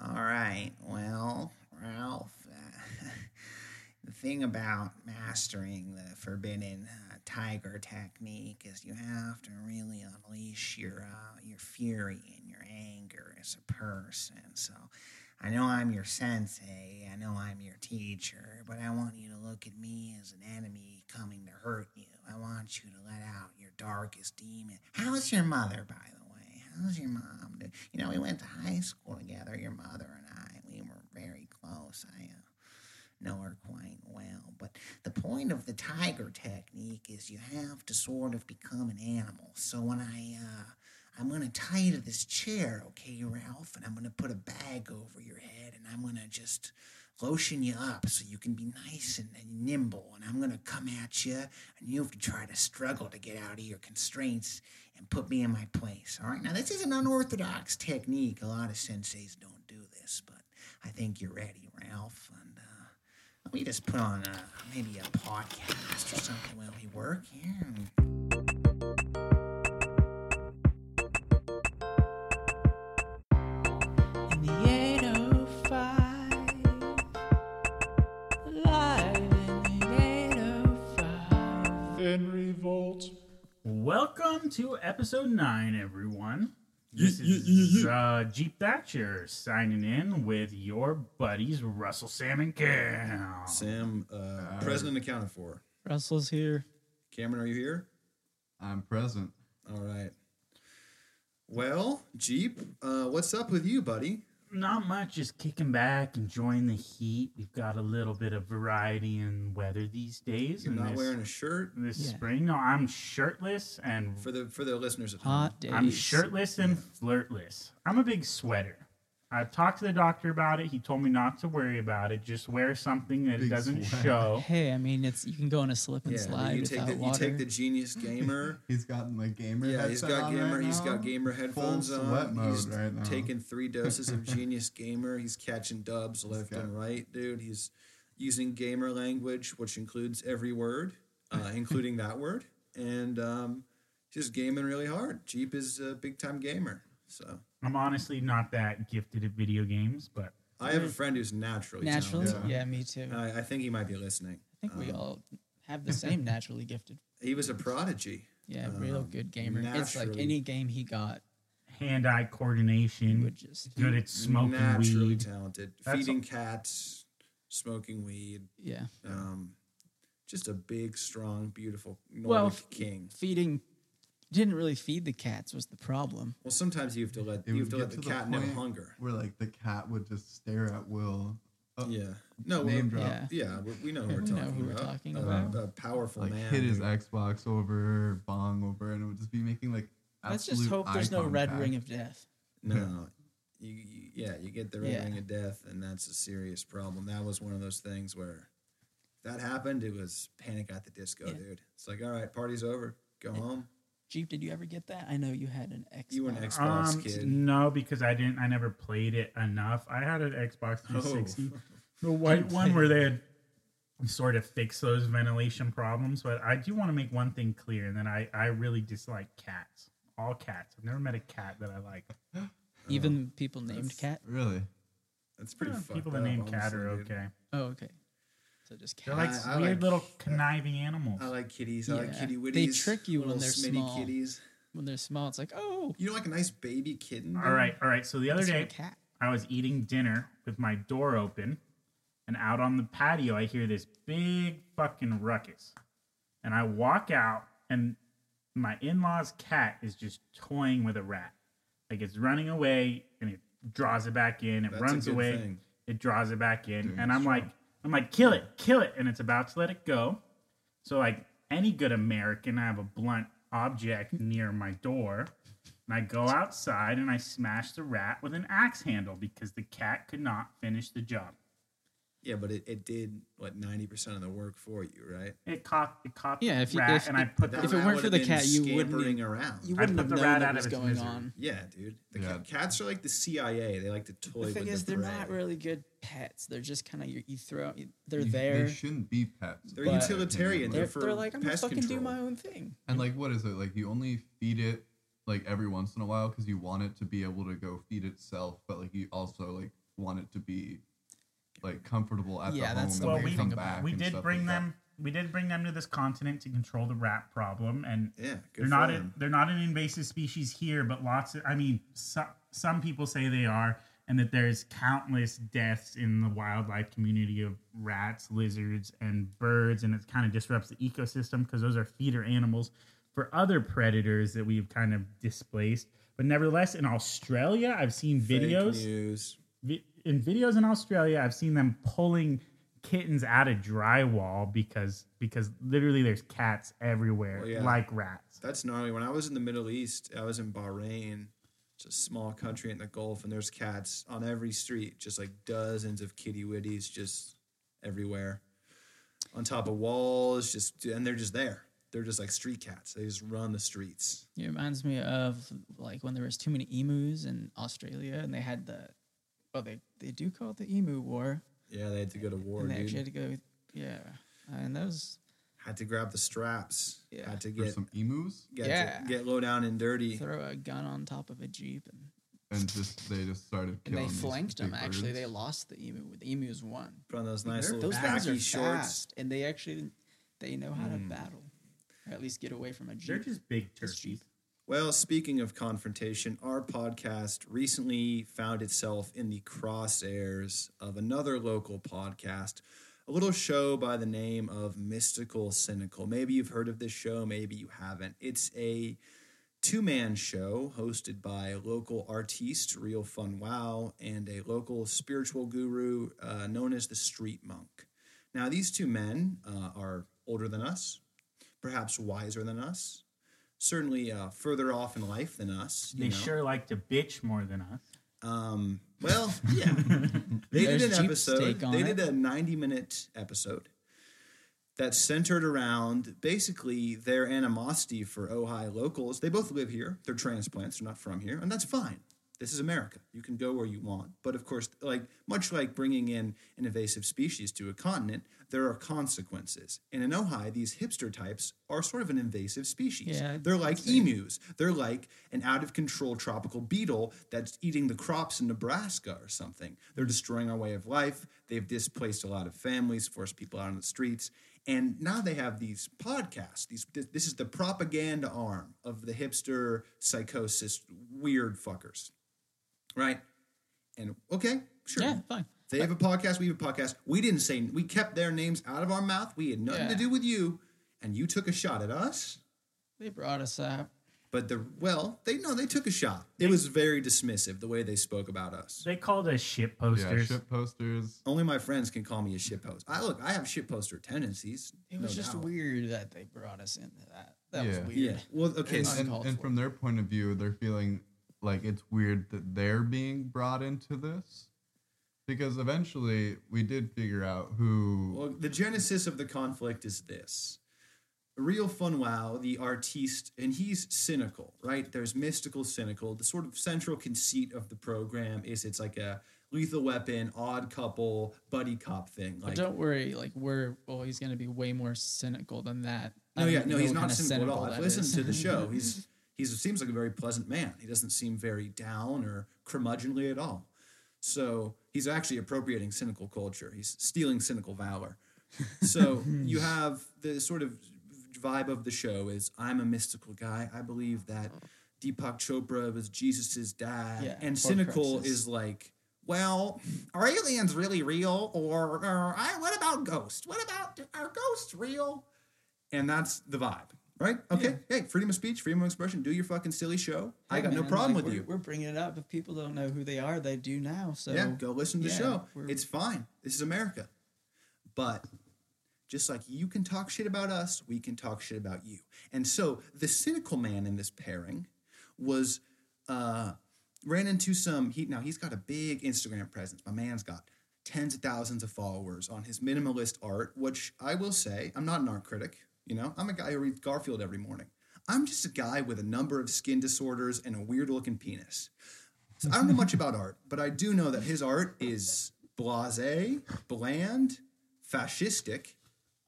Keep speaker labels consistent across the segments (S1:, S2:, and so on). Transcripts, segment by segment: S1: uh, thing about mastering the forbidden uh, tiger technique is you have to really unleash your uh, your fury and your anger as a person. So I know I'm your sensei, I know I'm your teacher, but I want you to look at me as an enemy coming to hurt you. I want you to let out your darkest demon. How's your mother, by the way? How's your mom? Do- You know, we went to high school together, your mother and I. We were very close. I uh, know her quite well. But the point of the tiger technique is you have to sort of become an animal. So when I, uh, I'm gonna tie you to this chair, okay, Ralph, and I'm gonna put a bag over your head, and I'm gonna just lotion you up so you can be nice and, and nimble. And I'm gonna come at you, and you have to try to struggle to get out of your constraints and put me in my place. All right, now this is an unorthodox technique. A lot of senseis don't do this, but I think you're ready, Ralph, and. Uh, let me just put on a, maybe a podcast or something while we work here.
S2: In the 805. Live in the 805.
S3: in revolt.
S4: Welcome to episode nine, everyone.
S3: Ye-
S4: This
S3: ye- ye-
S4: is
S3: ye.
S4: uh, Jeep Thatcher signing in with your buddies Russell, Sam, and Cam.
S5: Sam, uh, president accounted for.
S6: Russell's here.
S5: Cameron, are you here?
S3: I'm present.
S5: All right. Well, Jeep, uh, what's up with you, buddy?
S4: Not much, just kicking back, enjoying the heat. We've got a little bit of variety in weather these days.
S5: You're
S4: and
S5: not
S4: this,
S5: wearing a shirt
S4: this
S6: Yeah.
S4: spring. No, I'm shirtless and
S5: for the for the listeners at home.
S6: Hot days.
S4: I'm shirtless and flirtless. I'm a big sweater. I've talked to the doctor about it. He told me not to worry about it. Just wear something that it
S3: Big
S4: doesn't
S3: sweater.
S4: show.
S6: Hey, I mean, it's you can go on a slip and
S5: Yeah,
S6: slide
S5: you take
S6: without
S5: the you
S6: water.
S5: take the genius gamer.
S3: He's gotten the gamer.
S5: yeah, he's
S3: headset
S5: got
S3: on
S5: gamer.
S3: Right
S5: he's
S3: now.
S5: got gamer headphones
S3: Full
S5: on.
S3: Sweat mode
S5: he's
S3: right now.
S5: taking three doses of genius gamer. He's catching dubs left
S3: got-
S5: and right, dude. He's using gamer language, which includes every word, uh, including that word, and um, just gaming really hard. Jeep is a big time gamer, so.
S4: I'm honestly not that gifted at video games, but
S5: I have a friend who's naturally
S6: Naturally,
S5: talented.
S3: Yeah.
S6: yeah, me too. I
S5: And I, I think he might be listening.
S6: think we
S5: um,
S6: all have the same naturally gifted.
S5: He was a prodigy.
S6: Yeah, real
S5: um,
S6: good gamer. It's like
S5: naturally-
S6: any game he got
S4: hand-eye
S6: he
S4: coordination,
S6: would just
S4: Mm-hmm. good at smoking
S5: naturally
S4: weed.
S5: talented.
S4: That's
S5: Feeding cats, smoking weed.
S6: yeah.
S5: Um, just a big, strong, beautiful Nordic
S6: Well, f-
S5: king.
S6: Feeding didn't really feed the cats was the problem.
S5: Well, sometimes you have to let
S3: It
S5: you have
S3: would
S5: to
S3: get
S5: let the
S3: to the
S5: cat know
S3: point
S5: hunger.
S3: Where like the cat would just stare at Will. Oh,
S5: Yeah. No.
S3: Name
S5: well,
S3: drop.
S6: Yeah.
S5: yeah. We, we know who we're
S6: We know
S5: talking
S6: who we're
S5: about.
S6: talking
S5: Uh,
S6: about.
S5: a powerful
S3: Like
S5: man.
S3: hit his
S5: who-
S3: Xbox over, or bong over, and it would just be making like.
S6: Let's just
S3: absolute
S6: hope
S3: eye
S6: there's no red
S3: contact.
S6: ring of death.
S5: No. You, you, yeah, you get the red
S6: Yeah.
S5: ring of death, and that's a serious problem. That was one of those things where if that happened. It was panic at the disco,
S6: Yeah.
S5: dude. It's like, all right, party's over, go home.
S6: Jeep, did you ever get that? I know you had an Xbox.
S5: You were an Xbox
S4: Um,
S5: kid.
S4: no, because I didn't. I never played it enough. I had an Xbox
S5: Oh.
S4: 360, the white one where they had sort of fixed those ventilation problems. But I do want to make one thing clear, and then I I really dislike cats. All cats. I've never met a cat that I like.
S6: Even people named
S5: Oh. that's-
S6: cat.
S3: Really?
S5: That's pretty.
S4: Yeah,
S5: fucked
S4: people that
S5: up,
S4: name cat are
S5: honestly, dude.
S4: okay.
S6: Oh, okay. So just
S4: They're
S6: cat.
S4: like
S5: I- I
S4: weird
S5: like-
S4: little conniving animals.
S5: I like kitties. I like
S6: Yeah.
S5: kitty witties.
S6: They trick you when
S5: little
S6: they're
S5: smitty
S6: small.
S5: kitties.
S6: when they're small, it's like oh,
S5: You know, like a nice baby kitten.
S4: all right, all right. So the other
S6: it's your
S4: day,
S6: cat.
S4: I was eating dinner with my door open, and out on the patio, I hear this big fucking ruckus. And I walk out, and my in law's cat is just toying with a rat. Like it's running away, and it draws it back in, it
S5: That's a
S4: runs
S5: good
S4: away,
S5: thing.
S4: it draws it back in.
S3: Dude,
S4: and I'm
S3: sure.
S4: like, I'm like, kill it, kill it. And it's about to let it go. So, like any good American, I have a blunt object near my door. And I go outside and I smash the rat with an axe handle because the cat could not finish the job.
S5: Yeah, but it, it did what ninety percent of the work for you, right?
S4: It caught it caught
S6: Yeah,
S4: the
S6: if you-
S4: rat
S6: if-
S4: and I put
S5: That
S4: the
S6: If it
S5: rat
S6: weren't
S5: would
S6: for
S5: have
S6: the
S5: been
S6: cat, you wouldn't
S5: scampering
S6: e-
S5: around.
S6: You
S4: I
S6: wouldn't
S4: put
S6: have
S4: the
S6: known
S4: rat
S6: what
S4: out of
S6: was
S4: its
S6: going
S4: misery.
S6: on.
S5: Yeah, dude. The
S3: Yeah.
S5: ca- cats are like the CIA. They like to toy
S6: The
S5: with
S6: thing
S5: the
S6: is, they're
S5: prey.
S6: not really good pets. They're just kind of you, you throw. you- They're
S3: You-
S6: there.
S3: They shouldn't be pets.
S5: They're
S3: in my
S5: utilitarian.
S3: opinion.
S6: They're,
S5: for
S6: they're like, I'm gonna
S5: pest
S6: fucking do
S5: control.
S6: my own thing.
S3: And like, what is it? Like, you only feed it like every once in a while because you want it to be able to go feed itself, but like you also like want it to be like comfortable at
S6: Yeah,
S3: the home
S6: that's the
S3: and
S4: well,
S6: way
S3: they
S4: we
S6: to
S3: come
S6: think about it.
S3: back.
S4: we
S3: and
S4: did
S3: stuff
S4: bring
S3: like that.
S4: them. We did bring them to this continent to control the rat problem, and
S5: Yeah, good
S4: they're
S5: for
S4: not a,
S5: them.
S4: they're not an invasive species here, but lots of I mean, some some people say they are, and that there's countless deaths in the wildlife community of rats, lizards, and birds, and it kind of disrupts the ecosystem because those are feeder animals for other predators that we've kind of displaced. But nevertheless, in Australia, I've seen
S5: Fake
S4: videos
S5: news.
S4: vi- in videos in Australia, I've seen them pulling kittens out of drywall because because literally there's cats everywhere,
S5: Well, yeah.
S4: like rats.
S5: That's gnarly. When I was in the Middle East, I was in Bahrain. It's a small country in the Gulf, and there's cats on every street, just like dozens of kitty witties just everywhere. On top of walls, just and they're just there. They're just like street cats. They just run the streets.
S6: It reminds me of like when there was too many emus in Australia, and they had the oh they they do call it the emu war,
S5: Yeah, they had to go to war,
S6: and they
S5: dude.
S6: actually had to go yeah, and that was
S5: had to grab the straps.
S6: Yeah.
S5: Had to
S3: There's
S5: get
S3: some emus
S5: get,
S6: Yeah.
S5: to get low down and dirty.
S6: throw a gun on top of a jeep and,
S3: and just they just started
S6: and
S3: killing.
S6: they
S3: these
S6: flanked them.
S3: big
S6: Actually,
S3: birds.
S6: they lost the emu. The emus won.
S5: Put on those nice
S6: They're-
S5: little
S6: Those things
S5: khaki
S6: are
S5: shorts.
S6: fast, and they actually they know how to
S5: Hmm.
S6: battle, or at least get away from a
S4: They're
S6: jeep.
S4: just big
S6: It's
S4: turkeys.
S6: cheap.
S5: Well, speaking of confrontation, our podcast recently found itself in the crosshairs of another local podcast, a little show by the name of Mystical Cynical. Maybe you've heard of this show, maybe you haven't. It's a two man show hosted by a local artiste, Real Fun Wow, and a local spiritual guru uh, known as the Street Monk. Now, these two men uh, are older than us, perhaps wiser than us, certainly uh, further off in life than us. You
S4: They
S5: know?
S4: sure like to bitch more than us.
S5: Um, well, yeah. they
S6: There's
S5: did an
S6: Jeep's
S5: episode.
S6: take on
S5: They did
S6: it.
S5: a 90 minute episode that centered around basically their animosity for Ojai locals. They both live here. They're transplants. They're not from here. And that's fine. This is America. You can go where you want. But of course, like much like bringing in an invasive species to a continent, there are consequences. And in Ojai, these hipster types are sort of an invasive species.
S6: Yeah,
S5: They're like emus. They're like an out of control tropical beetle that's eating the crops in Nebraska or something. They're destroying our way of life. They've displaced a lot of families, forced people out on the streets. And now they have these podcasts. These this, this is the propaganda arm of the hipster psychosis weird fuckers. Right? And okay, sure.
S6: yeah, fine.
S5: They have a podcast. We have a podcast. We didn't say we kept their names out of our mouth. We had nothing to
S6: Yeah.
S5: do with you, and you took a shot at us.
S6: They brought us up.
S5: But the well, they no, they took a shot. It was very dismissive the way they spoke about us.
S4: They called us shit
S3: Yeah,
S4: posters.
S3: ship posters.
S5: Only my friends can call me a shitpost. I look, I have shit poster tendencies.
S6: It was
S5: no
S6: just
S5: doubt.
S6: weird that they brought us into that. That
S3: Yeah.
S6: was weird.
S5: Yeah. Well, okay.
S3: And,
S5: so-
S3: and,
S6: uncalled
S3: and
S6: for.
S3: from their point of view, they're feeling like it's weird that they're being brought into this because eventually we did figure out who.
S5: Well, the genesis of the conflict is this. Real Fun Wow, the artiste, and he's cynical, right? There's mystical cynical. The sort of central conceit of the program is it's like a lethal weapon, odd couple, buddy cop thing.
S6: But
S5: Like
S6: don't worry, like we're well, he's gonna be way more cynical than that. I
S5: No,
S6: don't
S5: yeah,
S6: even
S5: no,
S6: know
S5: he's not
S6: what kinda
S5: cynical at all.
S6: cynical
S5: I've
S6: that
S5: listened
S6: is.
S5: to the show. He's he seems like a very pleasant man. He doesn't seem very down or curmudgeonly at all. So he's actually appropriating cynical culture. He's stealing cynical valor. So you have the sort of vibe of the show is I'm a mystical guy. I believe that Deepak Chopra was Jesus's dad,
S6: Yeah,
S5: and
S6: Ford
S5: cynical
S6: Cruxes.
S5: is like. Well, are aliens really real? Or, or I, what about ghosts? What about are ghosts real? and that's the vibe, right? Okay, hey, freedom of speech, freedom of expression. Do your fucking silly show. I
S6: Hey,
S5: got no
S6: man,
S5: problem with
S6: like, we're-
S5: you.
S6: We're bringing it up. If people don't know who they are, they do now. So
S5: yeah, go listen to the
S6: yeah,
S5: show.
S6: we're-
S5: It's fine. This is America. But just like you can talk shit about us, we can talk shit about you. And so the cynical man in this pairing was uh ran into some he now he's got a big Instagram presence. My man's got tens of thousands of followers on his minimalist art, which I will say, I'm not an art critic, you know. I'm a guy who reads Garfield every morning. I'm just a guy with a number of skin disorders and a weird looking penis. So I don't know much about art, but I do know that his art is blase, bland, fascistic,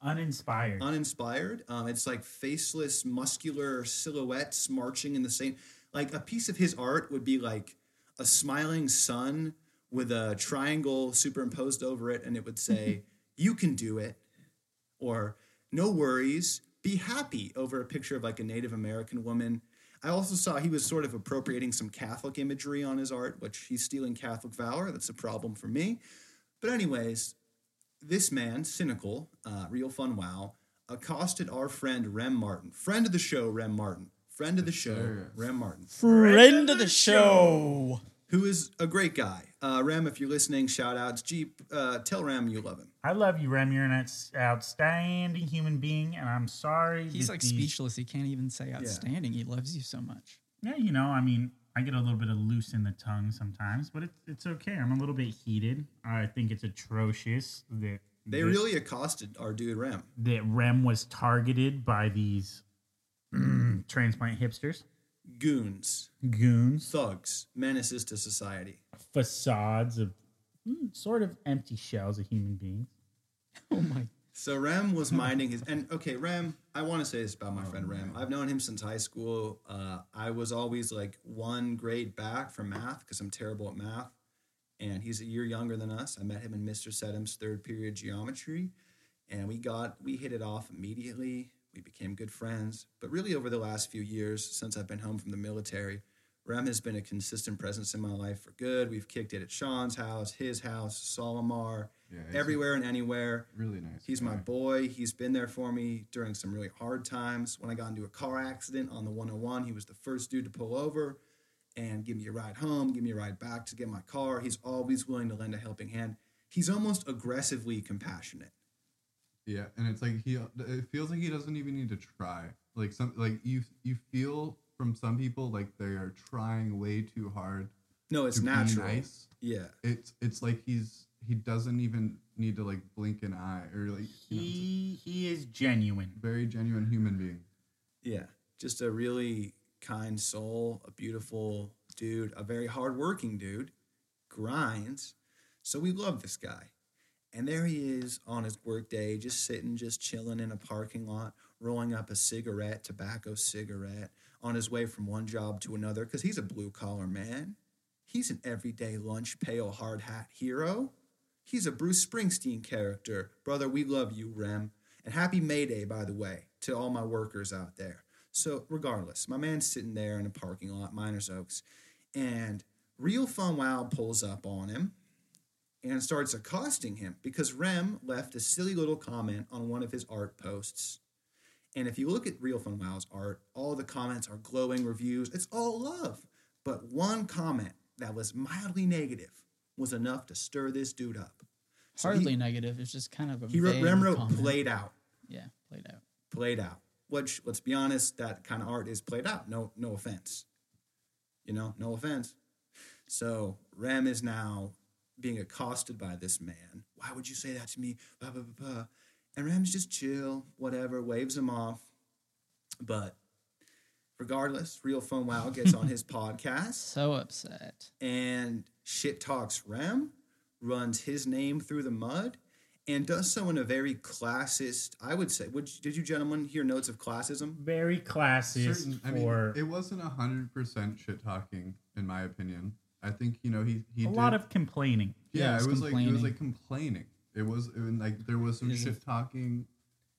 S4: Uninspired.
S5: uninspired. Um, it's like faceless, muscular silhouettes marching in the same. Like a piece of his art would be like a smiling sun with a triangle superimposed over it, and it would say, You can do it, or No worries, be happy, over a picture of like a Native American woman. I also saw he was sort of appropriating some Catholic imagery on his art, which he's stealing Catholic valor. That's a problem for me. But, anyways, this man, Cynical, uh, Real Fun Wow, accosted our friend Rem Martin, friend of the show, Rem Martin, friend of the show,
S3: sir.
S5: Rem Martin
S6: Friend of the show.
S5: who is a great guy. Uh, Ram, if you're listening, shout outs. Jeep, uh, tell Ram you love him.
S4: I love you, Rem. You're an outs- outstanding human being, and I'm sorry.
S6: He's
S4: that
S6: like
S4: the-
S6: speechless. He can't even say outstanding. He loves you so much.
S4: Yeah, you know, I mean, I get a little bit of loose in the tongue sometimes, but it, it's okay. I'm a little bit heated. I think it's atrocious that
S5: They
S4: that,
S5: really accosted our dude Ram.
S4: that Rem was targeted by these mm, transplant hipsters,
S5: Goons,
S4: goons,
S5: thugs, menaces to society.
S4: facades of mm, sort of empty shells of human beings.
S6: Oh my.
S5: So Ram was minding his and okay, Ram. I want to say this about my friend Ram. I've known him since high school. Uh, I was always like one grade back from math because I'm terrible at math, and he's a year younger than us. I met him in Mr. Sedum's third period geometry, and we got we hit it off immediately. We became good friends. But really, over the last few years since I've been home from the military, Ram has been a consistent presence in my life for good. We've kicked it at Sean's house, his house, Solomar,
S3: Yeah, he's a-
S5: everywhere and anywhere.
S3: Really nice.
S5: He's my
S3: guy.
S5: boy. He's been there for me during some really hard times. When I got into a car accident on the 101, he was the first dude to pull over and give me a ride home, give me a ride back to get my car. He's always willing to lend a helping hand. He's almost aggressively compassionate.
S3: Yeah, and it's like he it feels like he doesn't even need to try. Like some like you you feel from some people like they are trying way too hard
S5: No, it's
S3: to
S5: natural.
S3: be nice.
S5: Yeah.
S3: It's it's like he's he doesn't even need to like blink an eye or like you know, it's
S4: He he is
S3: a
S4: genuine.
S3: very genuine human being.
S5: Yeah. Just a really kind soul, a beautiful dude, a very hardworking dude, grinds. So we love this guy. And there he is on his workday, just sitting, just chilling in a parking lot, rolling up a cigarette, tobacco cigarette, on his way from one job to another, because he's a blue collar man. He's an everyday lunch pail hard hat hero. He's a Bruce Springsteen character. Brother, we love you, Rem. And happy May Day, by the way, to all my workers out there. So, regardless, my man's sitting there in a parking lot, Miners Oaks, and Real Fun Wow pulls up on him and starts accosting him because Rem left a silly little comment on one of his art posts. And if you look at Real Fun Wow's art, all the comments are glowing reviews. It's all love. But one comment that was mildly negative was enough to stir this dude up. So
S6: Hardly negative. It's just kind of a.
S5: He wrote,
S6: vague
S5: Rem wrote
S6: comment.
S5: played out,
S6: Yeah, played out.
S5: played out. Which, let's be honest, that kind of art is played out. No, no offense. You know, no offense. So Rem is now being accosted by this man. Why would you say that to me? Blah, blah, blah, blah. And Rem's just chill, whatever, waves him off. But regardless, Real Fun Wow gets on his podcast
S6: So upset.
S5: and shit talks Rem, runs his name through the mud, and does so in a very classist. I would say. Would you, did you gentlemen hear notes of classism?
S4: Very classist
S3: Certain, I
S4: for
S3: mean, it wasn't a hundred percent shit talking in my opinion. I think you know he he
S4: a
S3: did,
S4: lot of complaining.
S3: yeah.
S6: Yeah,
S3: it
S6: it was
S3: was like it was like complaining. It was, it was like there was some shit talking.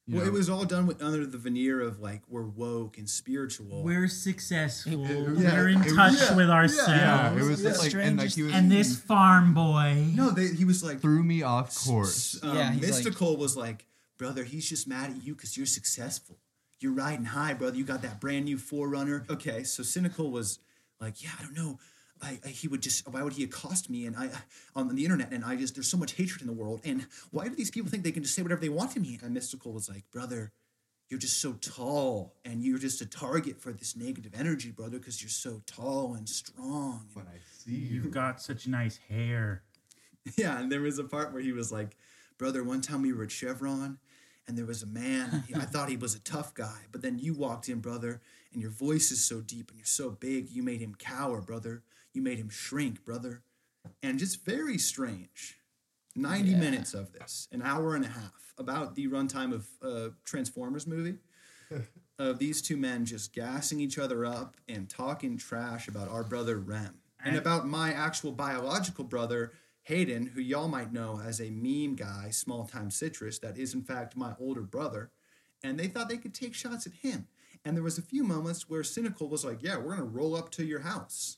S3: you
S5: Well,
S3: know,
S5: it was all done with, under the veneer of like we're woke and spiritual.
S4: We're successful.
S3: yeah,
S4: We're in
S3: it was-
S4: touch
S3: yeah,
S4: with
S3: yeah,
S4: ourselves.
S3: Yeah, it was
S6: The
S3: just like and like he was
S4: and this farm boy.
S5: no, they, he was like
S3: threw me off course.
S5: um,
S6: Yeah, he's like-
S5: mystical was like, brother, he's just mad at you because you're successful. You're riding high, brother. You got that brand new forerunner. Okay, so cynical was like, yeah, I don't know. I, I, he would just why would he accost me and I on the internet and I just there's so much hatred in the world and why do these people think they can just say whatever they want to me? And mystical was like, brother, you're just so tall and you're just a target for this negative energy, brother, because you're so tall and strong.
S3: When I see you,
S4: You've got such nice hair.
S5: Yeah, and there was a part where he was like, "Brother, one time we were at Chevron, and there was a man. I thought he was a tough guy, but then you walked in, brother, and your voice is so deep and you're so big, you made him cower, brother. You made him shrink, brother, and just very strange." Ninety minutes of this, an hour and a half, about the runtime of uh, Transformers movie. Of these two men just gassing each other up and talking trash about our brother Rem. and
S4: I-
S5: about my actual biological brother Hayden, who y'all might know as a meme guy, small time citrus, that is in fact my older brother, and they thought they could take shots at him. And there was a few moments where Cynical was like, "Yeah, we're gonna roll up to your house."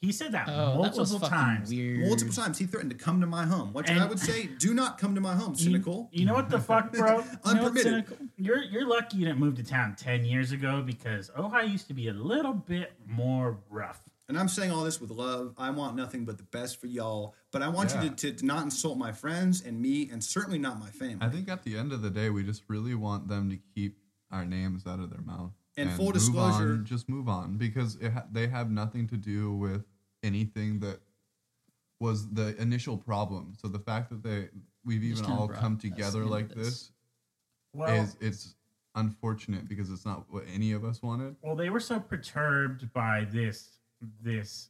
S4: He said that
S6: Oh, that was
S4: multiple
S6: fucking
S4: times.
S6: weird.
S5: Multiple times he threatened to come to my home, which I
S4: And-
S5: would say, do not come to my home,
S4: You-
S5: Cynical.
S4: You, know what the fuck, bro?
S6: You know what's
S5: Unpermitted.
S6: cynical?
S4: You're you're lucky you didn't move to town ten years ago because Ohio used to be a little bit more rough.
S5: and I'm saying all this with love. I want nothing but the best for y'all, but I want you
S3: Yeah.
S5: to, to not insult my friends and me, and certainly not my family.
S3: I think at the end of the day, we just really want them to keep our names out of their mouth.
S5: And full
S3: move
S5: disclosure-
S3: on, just move on because it ha- they have nothing to do with anything that was the initial problem. So the fact that they we've
S6: just
S3: even
S6: kinda
S3: all
S6: brought
S3: come
S6: us
S3: together
S6: into
S3: like
S6: this.
S3: this,
S4: Well,
S3: is it's unfortunate because it's not what any of us wanted.
S4: well, they were so perturbed by this this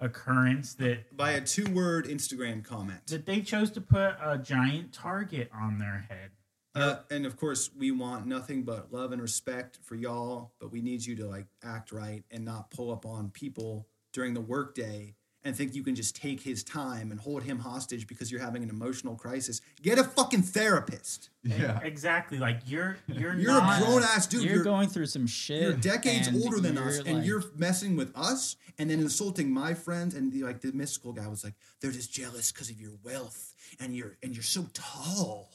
S4: occurrence that
S5: by a two word Instagram comment.
S4: that they chose to put a giant target on their head.
S5: Uh, and of course, we want nothing but love and respect for y'all, but we need you to like act right and not pull up on people during the workday and think you can just take his time and hold him hostage because you're having an emotional crisis. Get a fucking therapist.
S3: Yeah.
S4: Exactly. Like you're you're
S5: You're
S4: not
S5: a grown ass dude.
S6: you're, going through some shit.
S5: You're decades
S6: and
S5: older than us,
S6: you're,
S5: and
S6: like-
S5: you're messing with us, and then insulting my friends. And the, like the mystical guy was like, "They're just jealous because of your wealth, and you're and you're so tall,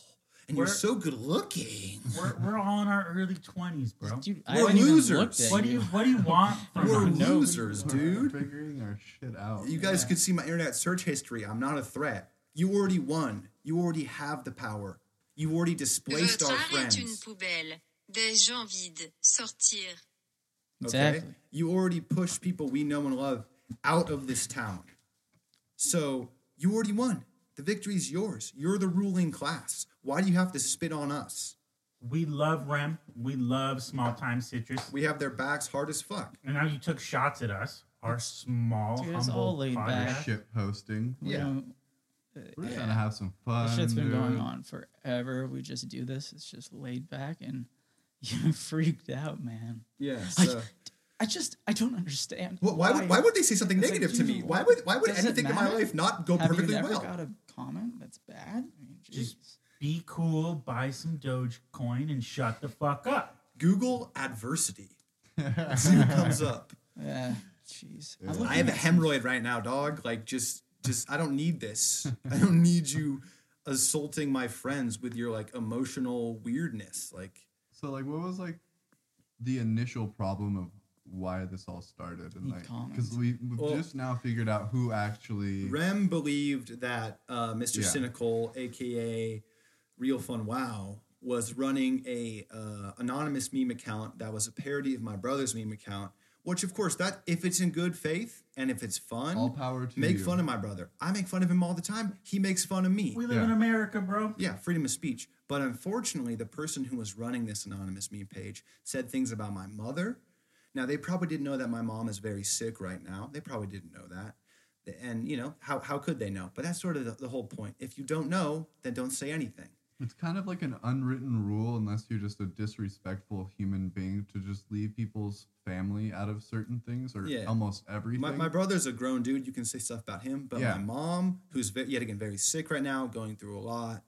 S5: and you're
S4: We're-
S5: so good looking.
S4: we're, we're all in our early twenties, bro.
S6: Dude, I
S5: We're
S6: haven't even
S5: losers.
S6: looked at
S4: what do you what do you want from
S5: We're
S4: us?
S6: know.
S5: losers, dude.
S3: figuring our shit out.
S5: You guys could see my internet search history. I'm not a threat. You already won. You already have the power. You already
S7: Le
S5: displaced our
S7: car est une
S5: friends.
S7: poubelle. Des gens vides. Sortir.
S6: Exactly.
S5: You already pushed people we know and love out of this town. So you already won. The victory's yours. You're the ruling class. Why do you have to spit on us?
S4: We love Rem. We love small time citrus.
S5: We have their backs hard as fuck.
S4: And now you took shots at us, our small,
S6: Dude, it's
S4: humble
S6: all laid
S4: podcast.
S6: back.
S3: shit posting.
S6: We
S5: Yeah.
S6: don't- uh,
S3: We're trying to have some fun.
S6: This shit's been going
S3: dude.
S6: on forever. We just do this. It's just laid back and you freaked out, man.
S5: Yeah.
S6: Like, I just I don't understand.
S5: Why, why, would, why would they say something
S6: It's like,
S5: negative to
S6: dude,
S5: me? Why would why would
S6: does it
S5: anything in my
S6: matter?
S5: life not go
S6: have you
S5: perfectly
S6: never
S5: well?
S6: got a comment that's bad? I mean,
S4: Just-
S6: jeez.
S4: Be cool, buy some Dogecoin, and shut the fuck up.
S5: Google adversity. See what comes up.
S6: yeah, jeez. I'm looking
S5: I have a
S6: at-
S5: hemorrhoid right now, dog. Like, just, just, I don't need this. I don't need you assaulting my friends with your like emotional weirdness. Like,
S3: So like, what was like the initial problem of why this all started? And
S6: Need
S3: like,
S6: comments.
S3: because we we've
S5: Well-
S3: just now figured out who actually.
S5: Rem believed that uh, Mr.
S3: Mm. Yeah.
S5: Cynical, aka Real Fun Wow, was running a uh, anonymous meme account that was a parody of my brother's meme account. Which, of course, that if it's in good faith and if it's fun,
S3: All power to
S5: make
S3: you.
S5: fun of my brother. I make fun of him all the time. He makes fun of me.
S4: We live
S3: Yeah.
S4: in America, bro.
S5: Yeah, freedom of speech. But unfortunately, the person who was running this anonymous meme page said things about my mother. Now, they probably didn't know that my mom is very sick right now. They probably didn't know that. And, you know, how, how could they know? But that's sort of the, the whole point. If you don't know, then don't say anything.
S3: It's kind of like an unwritten rule, unless you're just a disrespectful human being, to just leave people's family out of certain things or
S5: Yeah.
S3: almost everything.
S5: My, my brother's a grown dude. You can say stuff about him. But
S3: Yeah.
S5: my mom, who's ve- yet again very sick right now, going through a lot,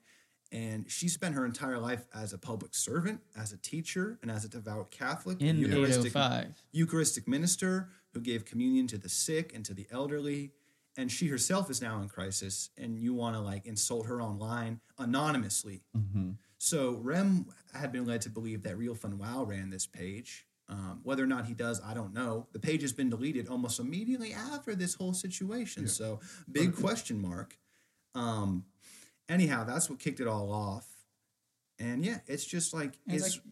S5: and she spent her entire life as a public servant, as a teacher, and as a devout Catholic.
S6: in
S3: Yeah.
S5: Eucharistic-
S6: 805.
S5: Eucharistic minister who gave communion to the sick and to the elderly. And she herself is now in crisis, and you want to like insult her online anonymously.
S3: Mhm.
S5: So Rem had been led to believe that Real Fun Wow ran this page. Um, whether or not he does, I don't know. The page has been deleted almost immediately after this whole situation. So big question mark. Um, anyhow, that's what kicked it all off. And yeah, it's just like
S6: And it's
S5: it's,
S6: like,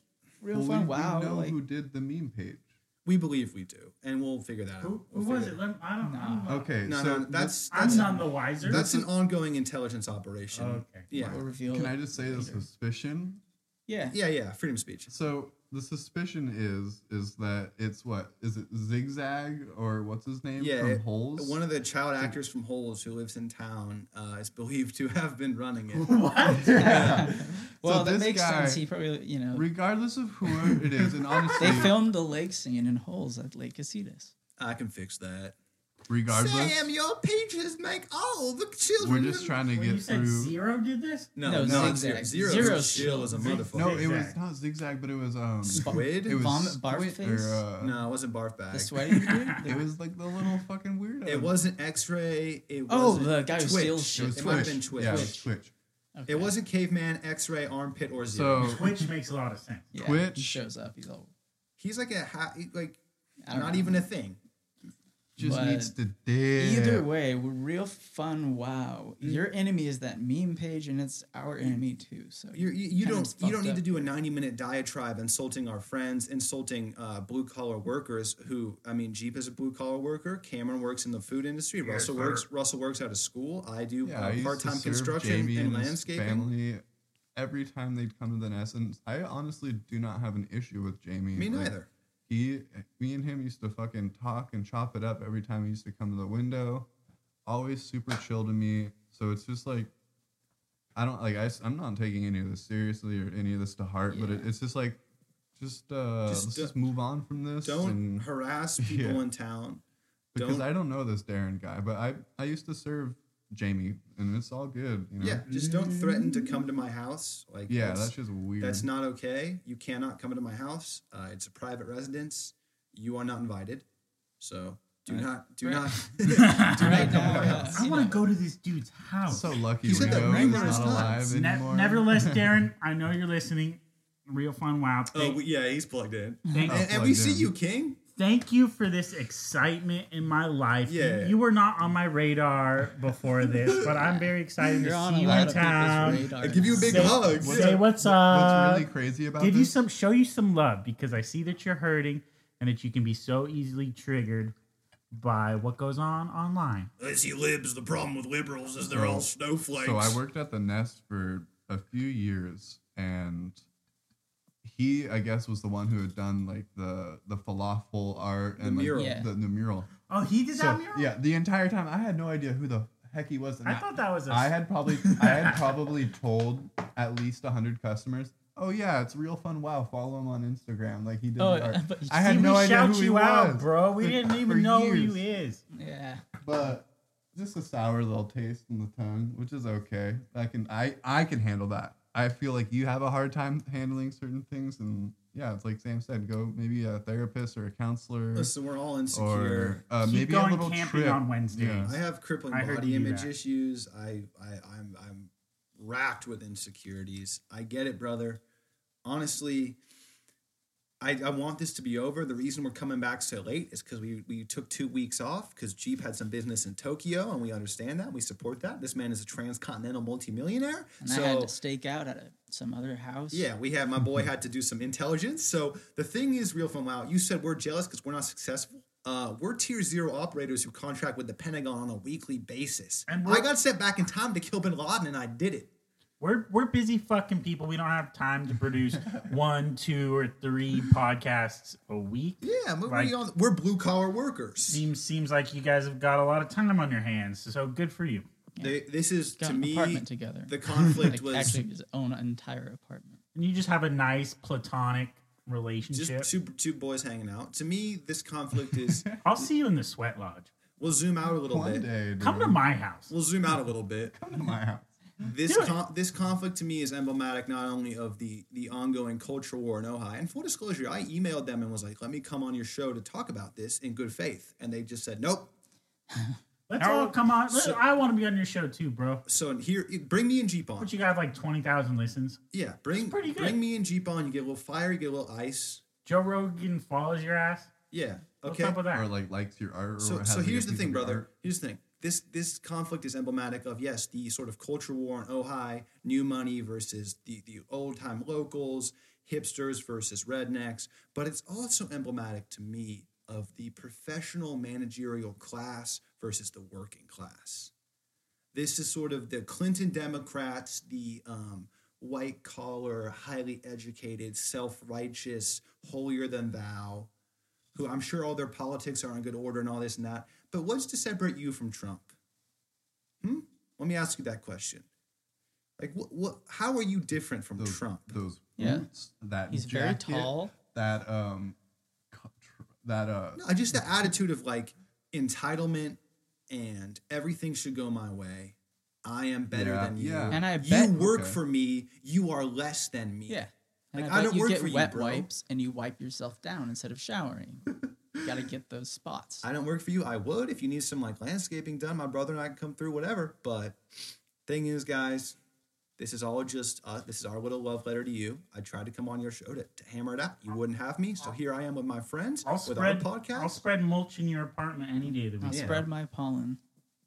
S6: Real
S3: Well, we-
S6: fun.
S3: we,
S6: wow.
S3: know
S6: like,
S3: who did the meme page.
S5: we believe we do, and we'll figure that out.
S4: Who, who
S5: We'll
S4: was
S5: figure
S4: it? Let, I don't I don't know.
S3: Okay,
S5: No,
S3: so
S5: no, that's
S4: I'm
S5: that's
S4: none the wiser.
S5: that's an ongoing intelligence operation.
S3: Oh,
S4: Okay.
S5: Yeah,
S6: We'll reveal
S3: Can
S6: it
S3: I just say the
S6: later.
S3: suspicion
S6: Yeah.
S5: yeah, yeah. Freedom of speech.
S3: So the suspicion is is that it's what is it zigzag or what's his name
S5: Yeah,
S3: from
S5: it-
S3: Holes?
S5: One of the child actors from Holes who lives in town uh, is believed to have been running it.
S4: What?
S6: Well, that
S3: this
S6: makes
S3: guy-
S6: sense. He probably, you know,
S3: regardless of who it is, and honestly,
S6: they filmed the lake scene in holes at Lake Casitas.
S5: I can fix that.
S3: Regardless,
S5: Sam, your peaches make all the children.
S3: we're just trying to
S4: When you
S3: get
S4: said
S3: through.
S4: zero did this?
S5: No,
S6: No,
S5: no, it's
S6: zigzag.
S5: zero.
S6: Zero
S5: Zero's chill as a
S4: shield.
S5: motherfucker.
S3: No, it was
S4: Zigzag.
S3: not zigzag, but it was um.
S5: Squid?
S3: It was
S6: Vomit barf
S3: squid-
S6: face?
S3: Or, uh,
S5: No, it wasn't barf bag.
S6: The sweaty dude?
S3: It was like the little fucking weirdo.
S5: It wasn't X-ray. It
S6: Oh,
S5: wasn't
S6: the guy who
S5: Twitch.
S6: steals
S3: It
S6: shit.
S3: was
S5: It
S3: Twitch.
S5: might have been Twitch.
S3: Yeah, it was Twitch.
S6: Okay.
S5: It wasn't caveman, X-ray, armpit, or zero.
S3: So
S4: Twitch makes a lot of sense.
S6: Yeah,
S3: Twitch.
S6: He shows up. He's all.
S5: He's like a ha- he- like
S6: I don't
S5: not
S6: know.
S5: even a thing.
S3: just
S6: But
S3: needs to dip.
S6: Either way, we're real fun. Wow,
S3: Mm.
S6: your enemy is that meme page, and it's our enemy too. So
S5: You're, you you
S6: Kinda
S5: don't you don't
S6: fucked
S5: need to
S6: up.
S5: do a 90 minute diatribe insulting our friends, insulting uh, blue collar workers. Who I mean, Jeep is a blue collar worker. Cameron works in the food industry. Russell
S4: sir.
S5: works. Russell works out of school. I do
S3: Yeah, I used to
S5: part time
S3: serve
S5: uh, construction
S3: Jamie
S5: and
S3: his
S5: landscaping.
S3: Family, every time they'd come to the nest, and I honestly do not have an issue with Jamie.
S5: Me
S3: Like,
S5: neither.
S3: He, me and him used to fucking talk and chop it up every time he used to come to the window. Always super chill to me. So it's just like, I don't like. I, am not taking any of this seriously or any of this to heart. But it,
S6: Yeah.
S3: it's just like, just uh,
S5: Just
S3: let's
S5: don't-
S3: just move on from this.
S5: Don't
S3: and-
S5: harass people
S3: Yeah.
S5: in town.
S3: because
S5: don't-
S3: I don't know this Darren guy, but I I used to serve Jamie, and it's all good. You know?
S5: Yeah, just don't threaten to come to my house. Like
S3: Yeah,
S5: that's-
S3: that's just weird.
S5: That's not okay. You cannot come into my house. Uh, it's a private residence. You are not invited. So do
S6: Right.
S5: not, do
S6: Right.
S5: not, do not come into my house.
S4: I want to go to this dudede's house.
S3: so lucky
S5: He said that
S3: Ringo is
S5: numerous
S3: not
S5: times.
S3: alive
S4: Ne-
S3: anymore.
S4: nevertheless, Darren, I know you're listening. Real fun, wow.
S5: Oh
S4: Thank,
S5: we- yeah, he's plugged in.
S4: thank,
S5: And, and we
S3: plugged
S5: see
S3: in.
S5: you, King.
S4: thank you for this excitement in my life.
S5: Yeah.
S4: You were not on my radar before this, but I'm very excited
S6: You're
S4: to
S6: on
S4: see
S6: a
S4: you in
S6: lot of people's
S4: town.
S6: radar.
S5: I give you a
S6: now.
S5: big
S4: Say,
S5: hug.
S4: say what's up.
S3: What's really crazy about
S4: give
S3: this?
S4: you some show you some love because I see that you're hurting and that you can be so easily triggered by what goes on online.
S5: I see libs. The problem with liberals is they're all snowflakes.
S3: Oh. so I worked at the Nest for a few years, and he, I guess, was the one who had done like the the falafel art and like,
S5: mural.
S6: Yeah.
S3: the, the mural.
S4: Oh, he did
S3: So,
S4: that mural?
S3: yeah, the entire time I had no idea who the heck he was. and
S4: I thought that was a
S3: I had probably I had probably told at least hundred customers. Oh yeah, it's real fun. Wow, follow him on Instagram. Like he did.
S6: Oh,
S3: the art."
S6: but you
S3: I
S6: see,
S3: had
S4: See,
S3: no
S4: we
S3: idea
S4: shout
S3: who he
S4: you
S3: was,
S4: out, bro. We
S3: Like,
S4: didn't
S3: for
S4: even know who
S3: years.
S4: you is.
S6: Yeah,
S3: But just a sour little taste in the tongue, which is okay. I can I I can handle that. I feel like you have a hard time handling certain things, and yeah, it's like Sam said, go maybe a therapist or a counselor,
S5: Listen, we're all insecure.
S3: or uh,
S4: Keep
S3: maybe a
S4: going
S3: little
S4: camping
S3: trip.
S4: on Wednesdays.
S3: Yeah.
S5: I have crippling
S4: I heard
S5: body
S4: you do
S5: image
S4: that.
S5: issues. I, I, I'm, I'm racked with insecurities. I get it, brother. Honestly, I, I want this to be over. The reason we're coming back so late is because we, we took two weeks off because Jeep had some business in Tokyo, and we understand that. We support that. This man is a transcontinental multimillionaire.
S6: and
S5: so
S6: I had to stake out at a, some other house.
S5: yeah, we had my boy had to do some intelligence. So the thing is, real from wow, you said we're jealous because we're not successful. Uh, we're tier zero operators who contract with the Pentagon on a weekly basis.
S4: And
S5: I
S4: we're-
S5: got sent back in time to kill Bin Laden, and I did it.
S4: We're we're busy fucking people. We don't have time to produce one, two, or three podcasts a week.
S5: Yeah, moving
S4: Like-
S5: on. We're blue collar workers.
S4: Seems seems like you guys have got a lot of time on your hands. So good for you.
S5: They, this is
S6: got
S5: to
S6: an
S5: me
S6: apartment together.
S5: the conflict
S6: like
S5: was
S6: actually his own entire apartment.
S4: And you just have a nice platonic relationship.
S5: just two two boys hanging out. To me, this conflict is.
S4: I'll see you in the sweat lodge.
S5: we'll zoom out a little
S3: One
S5: bit.
S3: day, dude.
S4: Come to my house.
S5: We'll zoom out a little bit.
S3: Come to my house.
S5: this
S4: Do it.
S5: con- this conflict to me is emblematic not only of the the ongoing cultural war in Ojai. And full disclosure, I emailed them and was like, "Let me come on your show to talk about this in good faith," and they just said, "Nope."
S4: Let's all come on. let- I want to be on your show too, bro.
S5: So here, bring me and Jeep on.
S4: But you got like twenty thousand listens.
S5: Yeah, bring
S4: pretty good.
S5: bring me and Jeep on. You get a little fire, you get a little ice.
S4: Joe Rogan follows your ass.
S5: Yeah.
S4: What's
S5: Okay.
S4: up with that?
S3: or like likes your art. Or
S5: So,
S3: has
S5: so
S3: a good
S5: here's the
S3: piece
S5: thing,
S3: of
S5: brother.
S3: art.
S5: Here's the thing. This this conflict is emblematic of yes, the sort of culture war in Ojai, new money versus the the old time locals, hipsters versus rednecks. But it's also emblematic to me of the professional managerial class versus the working class this is sort of the Clinton Democrats, the um, white collar, highly educated, self righteous, holier than thou, who I'm sure all their politics are in good order and all this and that. But what's to separate you from Trump? Hmm? Let me ask you that question. Like, what, what, how are you different from
S3: Those,
S5: Trump?
S3: those
S6: Yeah.
S3: boots, that
S6: He's very
S3: jacket,
S6: tall.
S3: That um, co- tr- that uh,
S5: No, just the attitude of like, entitlement and everything should go my way. I am better
S3: Yeah,
S5: than you.
S3: yeah.
S6: And I
S5: you
S6: bet-
S5: work
S3: Okay.
S5: for me. You are less than me.
S6: Yeah. And
S5: Like,
S6: I,
S5: I
S6: bet
S5: don't
S6: you
S5: work
S6: get
S5: for you,
S6: wet
S5: bro.
S6: wipes and you wipe yourself down instead of showering. you gotta get those spots.
S5: I don't work for you. I would if you need some like landscaping done. My brother and I can come through, whatever. But thing is, guys, this is all just uh, this is our little love letter to you. I tried to come on your show to, to hammer it out. You wouldn't have me, so here I am with my friends
S4: I'll
S5: with
S4: spread
S5: our podcast.
S4: I'll spread mulch in your apartment any day of the
S6: I'll
S4: week.
S6: spread my pollen.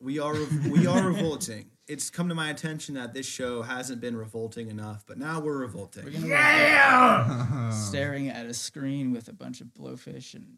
S5: We are rev- we are revolting. It's come to my attention that this show hasn't been revolting enough, but now we're revolting.
S6: We're gonna
S4: Yeah.
S6: be staring at a screen with a bunch of blowfish and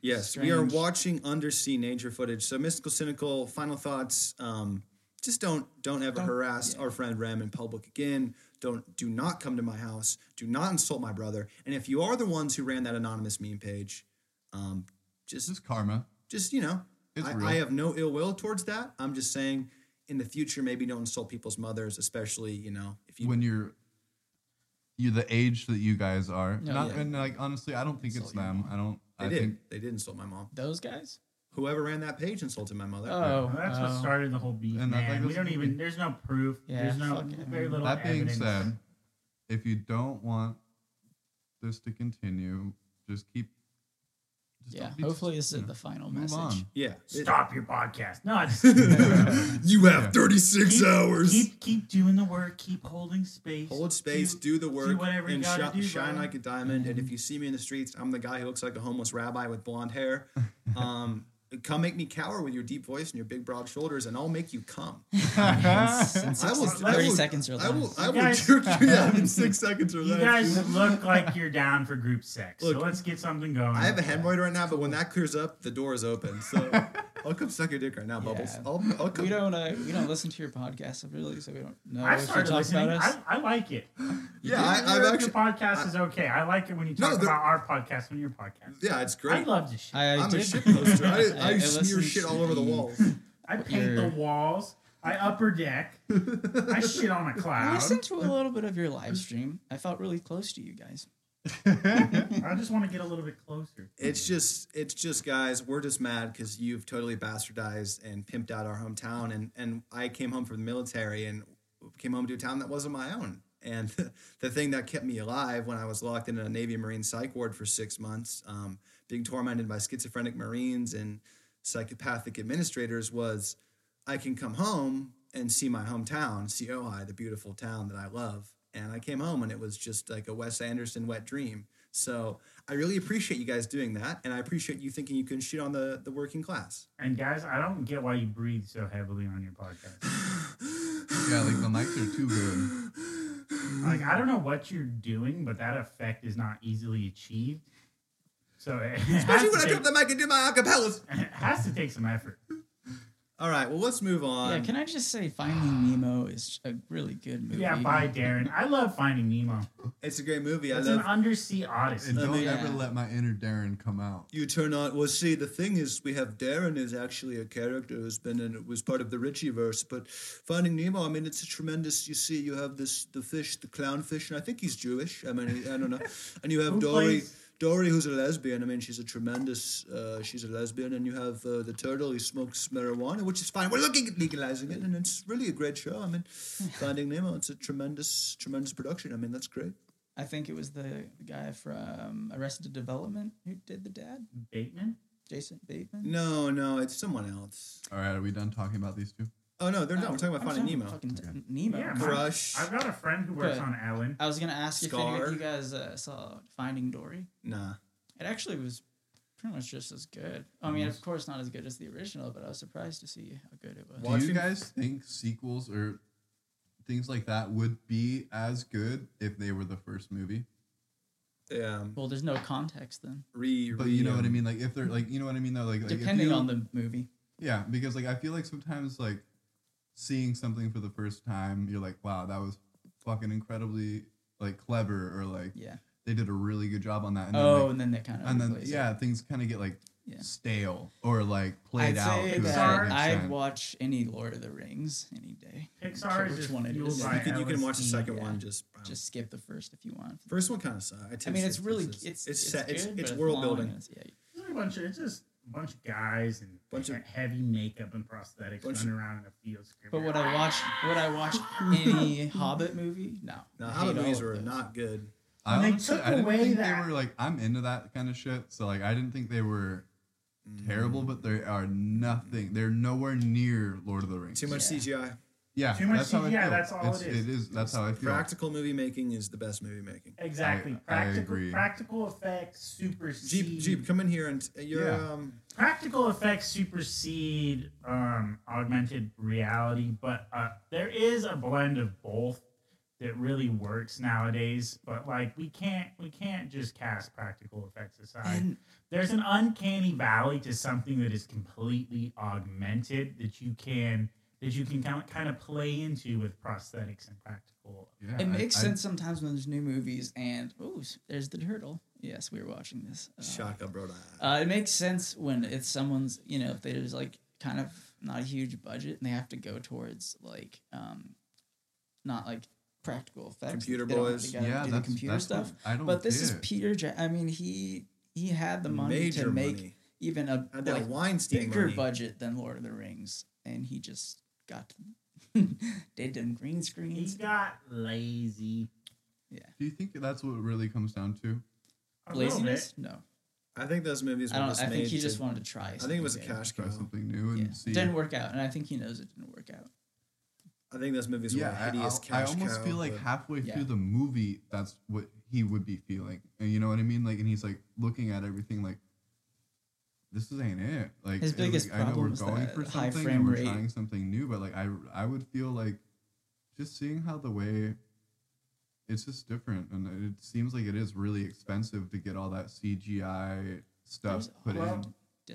S5: yes, we are
S6: strange.
S5: watching undersea nature footage. So mystical, cynical. Final thoughts. Um, just don't don't ever harass our friend Rem in public again. Don't do not come to my house. Do not insult my brother. And if you are the ones who ran that anonymous meme page, um,
S3: This
S5: just
S3: is karma.
S5: just you know
S3: It's
S5: I,
S3: real.
S5: I have no ill will towards that i'm just saying in the future maybe don't insult people's mothers especially you know if you
S3: when you're you the age that you guys are.
S6: No,
S3: Not
S6: yeah.
S3: and like honestly, I don't think it's
S6: Insult your
S3: them. I don't.
S5: they
S3: I
S5: did
S3: think
S5: they did insult my mom
S6: those guys?
S5: whoever ran that page insulted my mother
S6: Oh,
S4: That's
S6: oh.
S4: what started the whole beef,
S3: And I think
S4: man. We
S3: that's
S4: don't
S3: what
S4: even.
S3: we-
S4: There's no proof.
S6: Yeah,
S4: there's no
S6: fuck it.
S4: very little
S3: that being
S4: evidence.
S3: said, if you don't want this to continue, just keep. Just
S6: Yeah.
S3: don't be-
S6: Hopefully this
S3: you
S6: is
S3: know,
S6: the final
S3: move
S6: message.
S3: on.
S5: yeah It-
S4: stop your podcast. No, it's just,
S5: you have 36
S4: keep,
S5: hours
S4: Keep keep doing the work. Keep holding space.
S5: hold space do, the work
S4: whatever you
S5: and
S4: gotta do,
S5: shine
S4: bro.
S5: like a diamond and if you see me in the streets i'm the guy who looks like a homeless rabbi with blonde hair um Come make me cower with your deep voice and your big broad shoulders, and I'll make you come. I will, I
S6: 30
S5: will-
S6: seconds or
S5: I will,
S6: less.
S5: I
S4: You
S5: will
S4: guys-
S5: jerk you out in six seconds or
S4: You
S5: less. dude.
S4: guys look like you're down for group sex. so
S5: Look,
S4: let's get something going.
S5: I have a hemorrhoid right now, but when that clears up, the door is open. So I'll come suck your dick right now, Bubbles.
S6: Yeah.
S5: I'll, I'll come.
S6: We don't uh, we don't listen to your podcast really, so we don't know
S4: I
S6: if you
S4: started
S6: talk
S4: listening.
S6: about us.
S4: I, I like it.
S5: yeah, I, I've
S4: Your
S5: actually.
S4: podcast is okay. I like it when you
S5: No,
S4: talk
S5: there-
S4: about our podcast on your podcast.
S5: Yeah, it's
S4: I
S5: great.
S4: love this shit. I,
S6: I,
S5: I'm a
S6: did-
S5: shit poster. I, I, smear
S6: listened
S5: shit
S6: to
S5: all over the walls.
S4: paint the
S6: Your-
S4: walls. I upper deck. I shit on a
S6: I
S4: cloud.
S6: listened to a little bit of your live stream. I felt really close to you guys.
S4: I just want to get a little bit closer.
S5: It's just, it's just, guys. We're just mad because you've totally bastardized and pimped out our hometown, and and I came home from the military and came home to a town that wasn't my own. And the thing that kept me alive when I was locked in a Navy Marine psych ward for six months, um, being tormented by schizophrenic Marines and psychopathic administrators, was I can come home and see my hometown, see Ojai, the beautiful town that I love. And I came home and it was just like a Wes Anderson wet dream. So I really appreciate you guys doing that. And I appreciate you thinking you can shit on the, the working class.
S4: And guys, I don't get why you breathe so heavily on your podcast.
S3: Yeah, like the mics are too good.
S4: Like I don't know what you're doing, but that effect is not easily achieved. So it has,
S5: Especially
S4: to
S5: when I
S4: take,
S5: drop the mic and do my acapellas.
S4: it has to take some effort.
S5: All right, well, let's move on.
S6: yeah, can I just say, Finding Nemo is a really good movie.
S4: Yeah, bye, Darren. I love Finding Nemo.
S5: it's a great movie. I
S4: It's an
S5: love
S4: undersea odyssey.
S3: And don't
S5: mean-
S3: ever
S6: Oh, Yeah.
S3: let my inner Darren come out.
S5: You turn on. Well, see, the thing is, we have Darren is actually a character who's been in, was part of the Ritchieverse, but Finding Nemo. I mean, it's a tremendous. You see, you have this the fish, the clownfish, and I think he's Jewish. I mean, he- I don't know. And you have
S4: Who
S5: Dory.
S4: plays-
S5: Dory, who's a lesbian, I mean, she's a tremendous, uh, she's a lesbian, and you have uh, the turtle, he smokes marijuana, which is fine. We're looking at legalizing it, and it's really a great show. I mean, Finding Nemo, it's a tremendous, tremendous production. I mean, that's great.
S6: I think it was the guy from Arrested Development who did the dad,
S4: Bateman.
S6: Jason Bateman.
S5: No, no, it's someone else.
S3: All right, are we done talking about these two?
S5: Oh, no, they're not. We're talking about
S6: I'm
S5: Finding
S6: talking
S5: Nemo.
S6: about fucking Nemo.
S4: Yeah,
S5: Crush.
S4: I've got a friend who works
S6: Good.
S4: on Ellen.
S6: I was gonna ask if any
S5: Scar.
S6: of you guys uh, saw Finding Dory.
S5: Nah.
S6: It actually was pretty much just as good. I mean, of course, not as good as the original, but I was surprised to see how good it was.
S5: Watching-
S3: Do you guys think sequels or things like that would be as good if they were the first movie?
S5: Yeah.
S6: Well, there's no context then,
S5: Re,
S3: But
S5: re-
S3: you know what I
S5: um,
S3: mean. Like if they're like you know what I mean though. Like, like if
S6: depending
S3: you-
S6: on the movie.
S3: yeah, because like I feel like sometimes like seeing something for the first time, you're like, wow, that was fucking incredibly like clever or like
S6: Yeah.
S3: they did a really good job on that. And
S6: oh,
S3: then,
S6: and then they kind
S3: like,
S6: of
S3: and then yeah, things kind of get like
S6: Yeah.
S3: stale or like played
S6: I'd
S3: out.
S6: say
S3: to a
S6: that
S3: certain
S6: I'd
S3: extent.
S6: watch any Lord of the Rings any day. I don't care
S4: Pixar is just fueled
S5: You
S4: by
S5: can, you can watch the
S4: LSD,
S5: second
S6: yeah.
S5: one. Just, um,
S6: Just skip the first if you want.
S5: first one kind of sucked.
S6: I mean,
S5: taste
S6: it's
S5: it,
S6: really
S5: taste
S6: it's
S5: it.
S6: it's
S5: it's set- it's,
S6: good,
S5: it's
S6: but
S5: world
S6: long
S5: building.
S6: and it's- yeah,
S4: There's a bunch of it's just a bunch of guys and
S5: bunch of
S4: That heavy makeup and prosthetics
S5: Bunch
S4: running around in a field screaming.
S6: But would I watch? Would I watch any Hobbit movie? No.
S5: no,
S6: I
S5: Hobbit
S6: hate all
S5: movies
S6: of
S5: were
S6: those.
S5: not good.
S3: I,
S4: They
S3: honestly,
S4: took
S3: I didn't
S4: away
S3: think
S4: that-
S3: they were like I'm into that kind of shit. So like I didn't think they were
S5: Mm,
S3: terrible,
S6: Mm.
S3: but they are nothing. They're nowhere near Lord of the Rings.
S5: Too much CGI.
S3: Yeah,
S4: Too much
S3: that's how I
S4: CGI,
S3: feel.
S4: that's all
S3: It's-
S4: it is.
S3: It is. That's how I feel.
S5: Practical movie making is the best movie making.
S4: Exactly.
S3: I- I
S4: practical,
S3: agree.
S4: practical effects supersede.
S5: Jeep, Jeep, come in here and you're
S3: Yeah.
S5: um
S4: Practical effects supersede um, augmented reality, but uh, there is a blend of both that really works nowadays. But like, we can't we can't just cast practical effects aside.
S6: And-
S4: There's an uncanny valley to something that is completely augmented that you can that you can kind of, kind of play into with prosthetics and practical.
S3: Yeah,
S6: It
S3: I-
S6: makes
S3: I-
S6: sense sometimes when there's new movies and oh, there's the turtle. Yes, we were watching this. Uh,
S5: Shaka Broda.
S6: Uh, it makes sense when it's someone's, you know, if there's like kind of not a huge budget and they have to go towards like, um, not like practical effects.
S5: Computer
S6: They don't have
S5: boys.
S6: to go
S3: Yeah,
S6: do the
S3: that's,
S6: computer
S3: that's
S6: stuff.
S3: What, I don't.
S6: But this is
S3: get.
S6: Peter. Ja- I mean, he he had the money
S5: Major
S6: to make
S5: money.
S6: even a
S5: Had that
S6: like,
S5: Weinstein
S6: bigger
S5: money.
S6: budget than Lord of the Rings, and he just got did them green
S4: He
S6: screens.
S4: got lazy.
S3: Do you think that's what it really comes down to?
S4: A little bit.
S6: Laziness? No,
S5: I think those movies were
S6: I don't.
S5: just
S6: I think
S5: made
S6: he
S5: to-
S6: just wanted to try.
S5: I think it was a
S6: something new.
S5: cash cow.
S3: Try something new and
S6: Yeah.
S3: see.
S6: It didn't work out, and I think he knows it didn't work out.
S5: I think those movies were a
S3: yeah, I, I-
S5: hideous
S3: I
S5: cash
S3: almost
S5: cow,
S3: feel like
S5: but-
S3: halfway
S6: Yeah.
S3: through the movie, that's what he would be feeling, and you know what I mean. Like, and he's like looking at everything like, "This is ain't it." Like,
S6: His
S3: it- like,
S6: biggest
S3: I know we're
S6: problem is
S3: going
S6: the
S3: for
S6: high
S3: something
S6: frame
S3: and we're
S6: rate.
S3: trying something new, but like, I I would feel like just seeing how the way it's just different, and it seems like it is really expensive to get all that CGI stuff
S6: There's a
S3: put
S4: lot
S3: in.
S4: of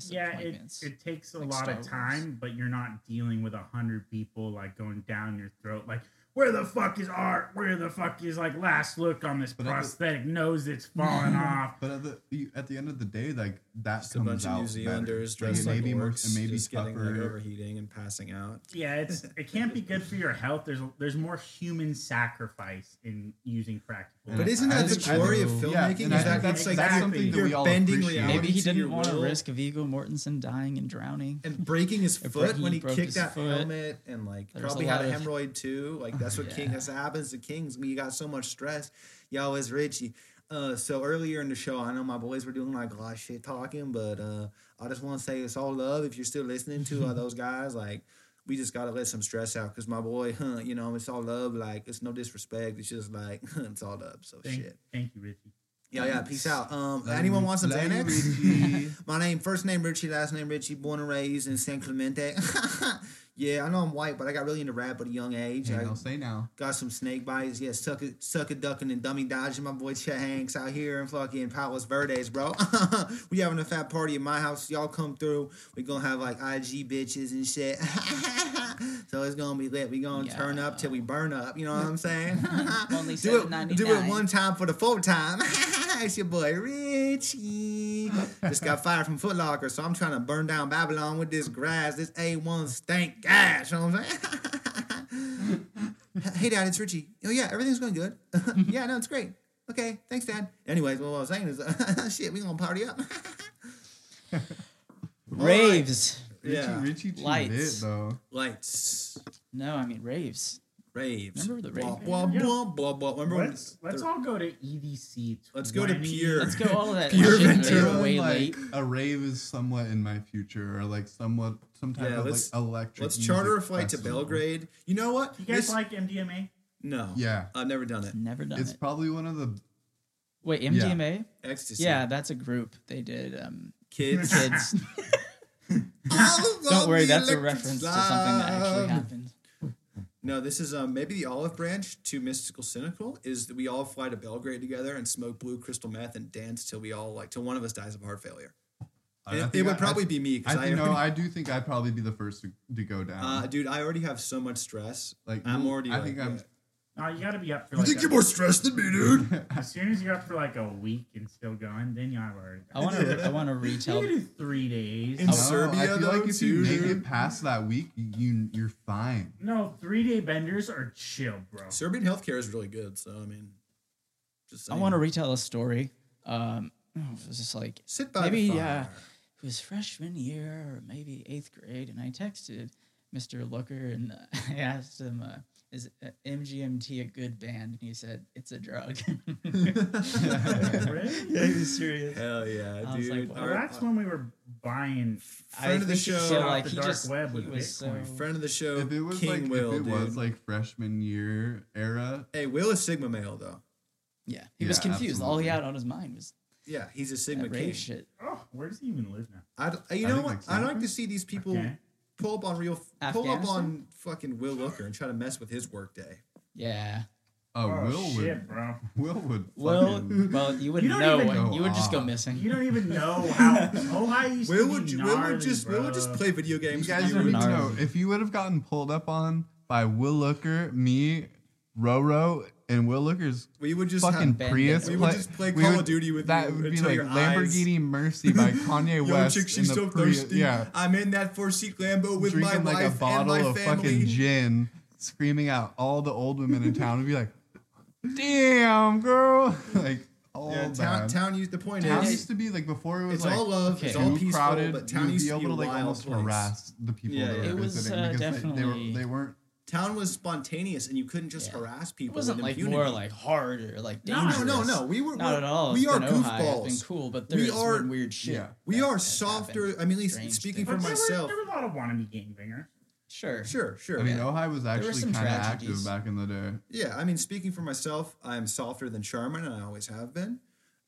S4: Yeah, it,
S6: Disappointments.
S4: it takes a
S6: Like
S4: lot
S6: Star
S4: of
S6: Wars.
S4: time, but you're not dealing with a hundred people like going down your throat, like where the fuck is art? Where the fuck is like last look on this
S3: But at the-
S4: prosthetic nose that's falling off?
S3: But at the you- at the end of the day, like that
S5: Just a
S3: comes
S5: bunch
S3: out
S5: of New
S3: better.
S5: Zealanders
S3: Like,
S5: dressed
S3: it
S5: like
S3: may be more-
S5: orcs,
S3: it may be
S5: just getting like
S3: tougher.
S5: overheating and passing out.
S4: Yeah, it's it can't be good for your health. There's there's more human sacrifice in using practical.
S3: And
S5: But
S3: I-
S5: isn't
S3: I
S5: that the
S3: think- I
S5: glory of
S3: think- yeah,
S5: filmmaking?
S3: and
S5: Is
S3: I
S5: that
S3: think
S5: that's
S3: that's
S5: like
S4: exactly.
S5: something that
S3: You're
S5: we all
S3: bending
S5: appreciate.
S3: reality
S6: Maybe he
S5: to your
S6: didn't want to
S5: will.
S6: risk Vigo Mortensen dying and drowning.
S5: and breaking his
S6: And
S5: foot
S6: bre-
S5: when
S6: he
S5: he
S6: broke
S5: kicked
S6: his
S5: that
S6: foot.
S5: helmet and like
S6: There was a
S5: probably had a
S6: lot of-
S5: hemorrhoid too. Like that's what king
S6: Yeah.
S5: this happens to kings. We got so much stress. Y'all is Richie. Uh, so earlier in the show, I know my boys were doing like a lot of shit talking, but uh, I just want to say it's all love. If you're still listening to uh, those guys, like we just gotta let some stress out because my boy, huh, you know, it's all love. Like it's no disrespect. It's just like it's all love. So
S4: thank,
S5: shit.
S4: thank you, Richie.
S5: Yeah, yeah. Peace out. Um,
S3: Love
S5: anyone
S3: you-
S5: want some
S3: love you,
S5: Xanax?
S3: Richie.
S5: My name, first name Richie, last name Richie, born and raised in San Clemente. yeah, I know I'm white, but I got really into rap at a young age.
S3: Hey,
S5: I
S3: now, say now.
S5: got some snake bites. Yeah, suck it, suck it, ducking and dummy dodging. My boy Chet Hanks out here in fucking Palos Verdes, bro. we having a fat party at my house. Y'all come through. We gonna have like IG bitches and shit. so it's gonna be lit. We gonna turn up till we burn up. You know what I'm saying?
S6: Only
S5: do it, do it
S6: $7.99.
S5: one time for the full time. it's your boy Richie. Just got fired from Foot Locker, so I'm trying to burn down Babylon with this grass, this A1 stank gas. You know what I'm saying? hey, Dad, it's Richie. Oh, yeah, everything's going good.
S6: Mm-hmm.
S5: yeah, no, it's great. Okay, thanks, Dad. Anyways, what I was saying is, shit, we gonna party up.
S6: Raves.
S5: yeah.
S3: Richie, Richie lit
S6: Lights.
S3: though.
S5: Lights,
S6: No, I mean raves.
S5: raves.
S6: Remember the
S5: Blah,
S6: rave?
S5: blah,
S4: Yeah.
S5: blah, blah, blah. Remember when-
S4: Let's let's all go to E EDC.
S5: Let's go to
S4: 20.
S5: Pure.
S6: Let's go all of that
S5: Pure
S6: shit that
S5: Ventura.
S6: they were way
S3: like,
S6: late.
S3: A rave is somewhat in my future, or like somewhat some type
S5: Yeah,
S3: of like
S5: let's-
S3: electric.
S5: Let's
S3: music
S5: charter a flight to
S3: festival.
S5: Belgrade. You know what?
S4: You guys
S5: This-
S4: like MDMA?
S5: No.
S3: Yeah.
S5: I've never done it.
S6: Never done
S3: It's
S6: it.
S3: probably one of the
S6: Wait, MDMA?
S5: Ecstasy.
S6: Yeah, that's a group. They did um,
S5: Kids.
S6: kids. Don't worry, that's a reference to something that actually happened.
S5: No, this is um, maybe the olive branch to mystical cynical is that we all fly to Belgrade together and smoke blue crystal meth and dance till we all like till one of us dies of heart failure.
S3: I
S5: it,
S3: think
S5: it would
S3: I-
S5: probably be me because
S3: I
S5: I,
S3: think- no,
S5: already-
S3: I do think I'd probably be the first to, to go down.
S5: uh, dude, I already have so much stress.
S3: Like,
S5: I'm
S3: you-
S5: already.
S3: I
S5: like,
S3: think I'm-
S5: yeah.
S4: No, Uh, you got to be up for
S5: You
S4: like.
S5: think
S4: a-
S5: you're more stressed than me, dude?
S4: As soon as you're up for like a week and still going, then you have already.
S6: I want to. I want to retell.
S4: You can do three days.
S5: In
S3: No, I
S5: Serbia,
S3: feel
S5: though,
S3: like if you
S5: too,
S3: make
S5: dude.
S3: it past that week, you you're fine.
S4: No, three day benders are chill, bro.
S5: Serbian healthcare is really good, so I mean, just
S6: I want to retell a story. Um, it was just like
S5: sit by
S6: maybe
S5: the fire.
S6: yeah. it was freshman year or maybe eighth grade, and I texted Mr. Looker and uh, I asked him, uh, "Is uh, MGMT a good band?" And he said, "It's a drug."
S4: Really?
S6: yeah, he was serious.
S5: Hell yeah,
S6: I was like,
S5: dude.
S6: wow.
S4: Well,
S5: Our-
S4: that's when we were buying
S5: friend of the
S6: think it's
S5: show,
S4: off
S6: like
S4: the
S6: he
S4: dark
S6: just
S4: web
S6: he
S4: with
S6: was
S4: Bitcoin.
S6: so-
S5: friend of the show,
S3: If it was
S5: Oh, King
S3: like
S5: Will,
S3: if it
S5: dude.
S3: was like freshman year era,
S5: hey, Will is Sigma male though.
S6: yeah, he was
S3: Yeah,
S6: confused. All
S3: absolutely.
S6: he had on his mind was
S5: Yeah, he's a Sigma
S6: that
S5: King.
S6: rave shit.
S4: Oh, where does he even live now?
S5: I'd, uh, you
S3: I
S5: know
S3: think,
S5: what?
S3: like,
S5: I'd like
S3: Cyprus?
S5: to see these people
S4: Okay.
S5: pull up on real, pull up on
S6: Afghanistan?
S5: fucking Will Looker and try to mess with his workday.
S6: Yeah.
S3: oh,
S4: Oh,
S3: Will
S4: shit,
S3: would
S4: bro.
S3: Will would
S6: Well,
S3: fucking-
S6: well, you wouldn't
S4: don't
S6: know.
S4: even
S6: when-
S3: go
S6: you would just go
S3: off.
S6: missing.
S4: You don't even know how Ohio used
S5: Will
S4: to be
S5: would, ju-
S4: gnarly,
S5: Will would just,
S4: bro.
S5: Will would just play video
S3: you
S5: games.
S3: guys
S5: with
S3: don't even
S5: you.
S6: gnarly.
S3: know if you would have gotten pulled up on by Will Looker, me, Roro, and Will Looker's
S5: we would just
S3: fucking
S5: have,
S6: band
S3: Prius.
S5: We would just play
S3: we
S5: Call of Duty with
S3: that
S5: you
S3: would be
S5: until
S3: like
S5: your eyes-
S3: Lamborghini Mercy by Kanye
S5: Yo,
S3: West.
S5: chick,
S3: in
S5: she's
S3: the
S5: so
S3: Prius-
S5: thirsty.
S3: Yeah,
S5: I'm in that four seat Lambo with my
S3: drinking like a
S5: wife and
S3: bottle
S5: my
S3: of
S5: family.
S3: fucking gin, screaming out all the old women in town would be like, "Damn, girl!" like all
S5: yeah,
S3: bad.
S5: town, town used the point
S3: Town
S5: is
S3: used to be like before it was
S5: it's
S3: like
S5: all love,
S6: okay.
S5: it's
S3: too
S5: all peaceful,
S3: crowded.
S5: but town
S3: you'd
S5: used
S3: be
S5: to
S3: able
S5: be a
S3: to like
S5: wild
S3: almost
S5: place.
S3: harass the people
S5: Yeah,
S3: that
S5: yeah.
S3: were
S5: It
S6: was,
S3: visiting
S6: uh,
S3: because they, they were
S6: definitely-
S3: they weren't
S5: Town was spontaneous, and you couldn't just
S6: Yeah.
S5: harass
S6: It
S5: people.
S6: wasn't
S5: with
S6: like
S5: impunity.
S6: more like hard or like
S4: No, no,
S6: dangerous.
S5: no, no, we were
S6: not
S5: we're-
S6: at all.
S5: We
S6: It's
S5: are
S6: been Ohio. It's
S5: goofballs.
S6: been cool, but
S5: We
S6: there's
S5: are-
S6: been weird shit.
S3: Yeah.
S5: We
S6: that
S5: are
S6: has
S5: softer.
S6: happened.
S5: I mean, at least
S6: Strange
S5: speaking
S4: But
S5: for
S6: things.
S4: there were-
S5: myself.
S4: There were a lot of wannabe gangbanger.
S6: Sure.
S5: Sure, sure.
S3: I mean,
S6: Yeah.
S3: Ohio was
S6: were
S3: actually
S6: some
S3: kind of active
S6: tragedies.
S3: back in the day.
S5: yeah, I mean, speaking for myself, I'm softer than Charmin, and I always have been.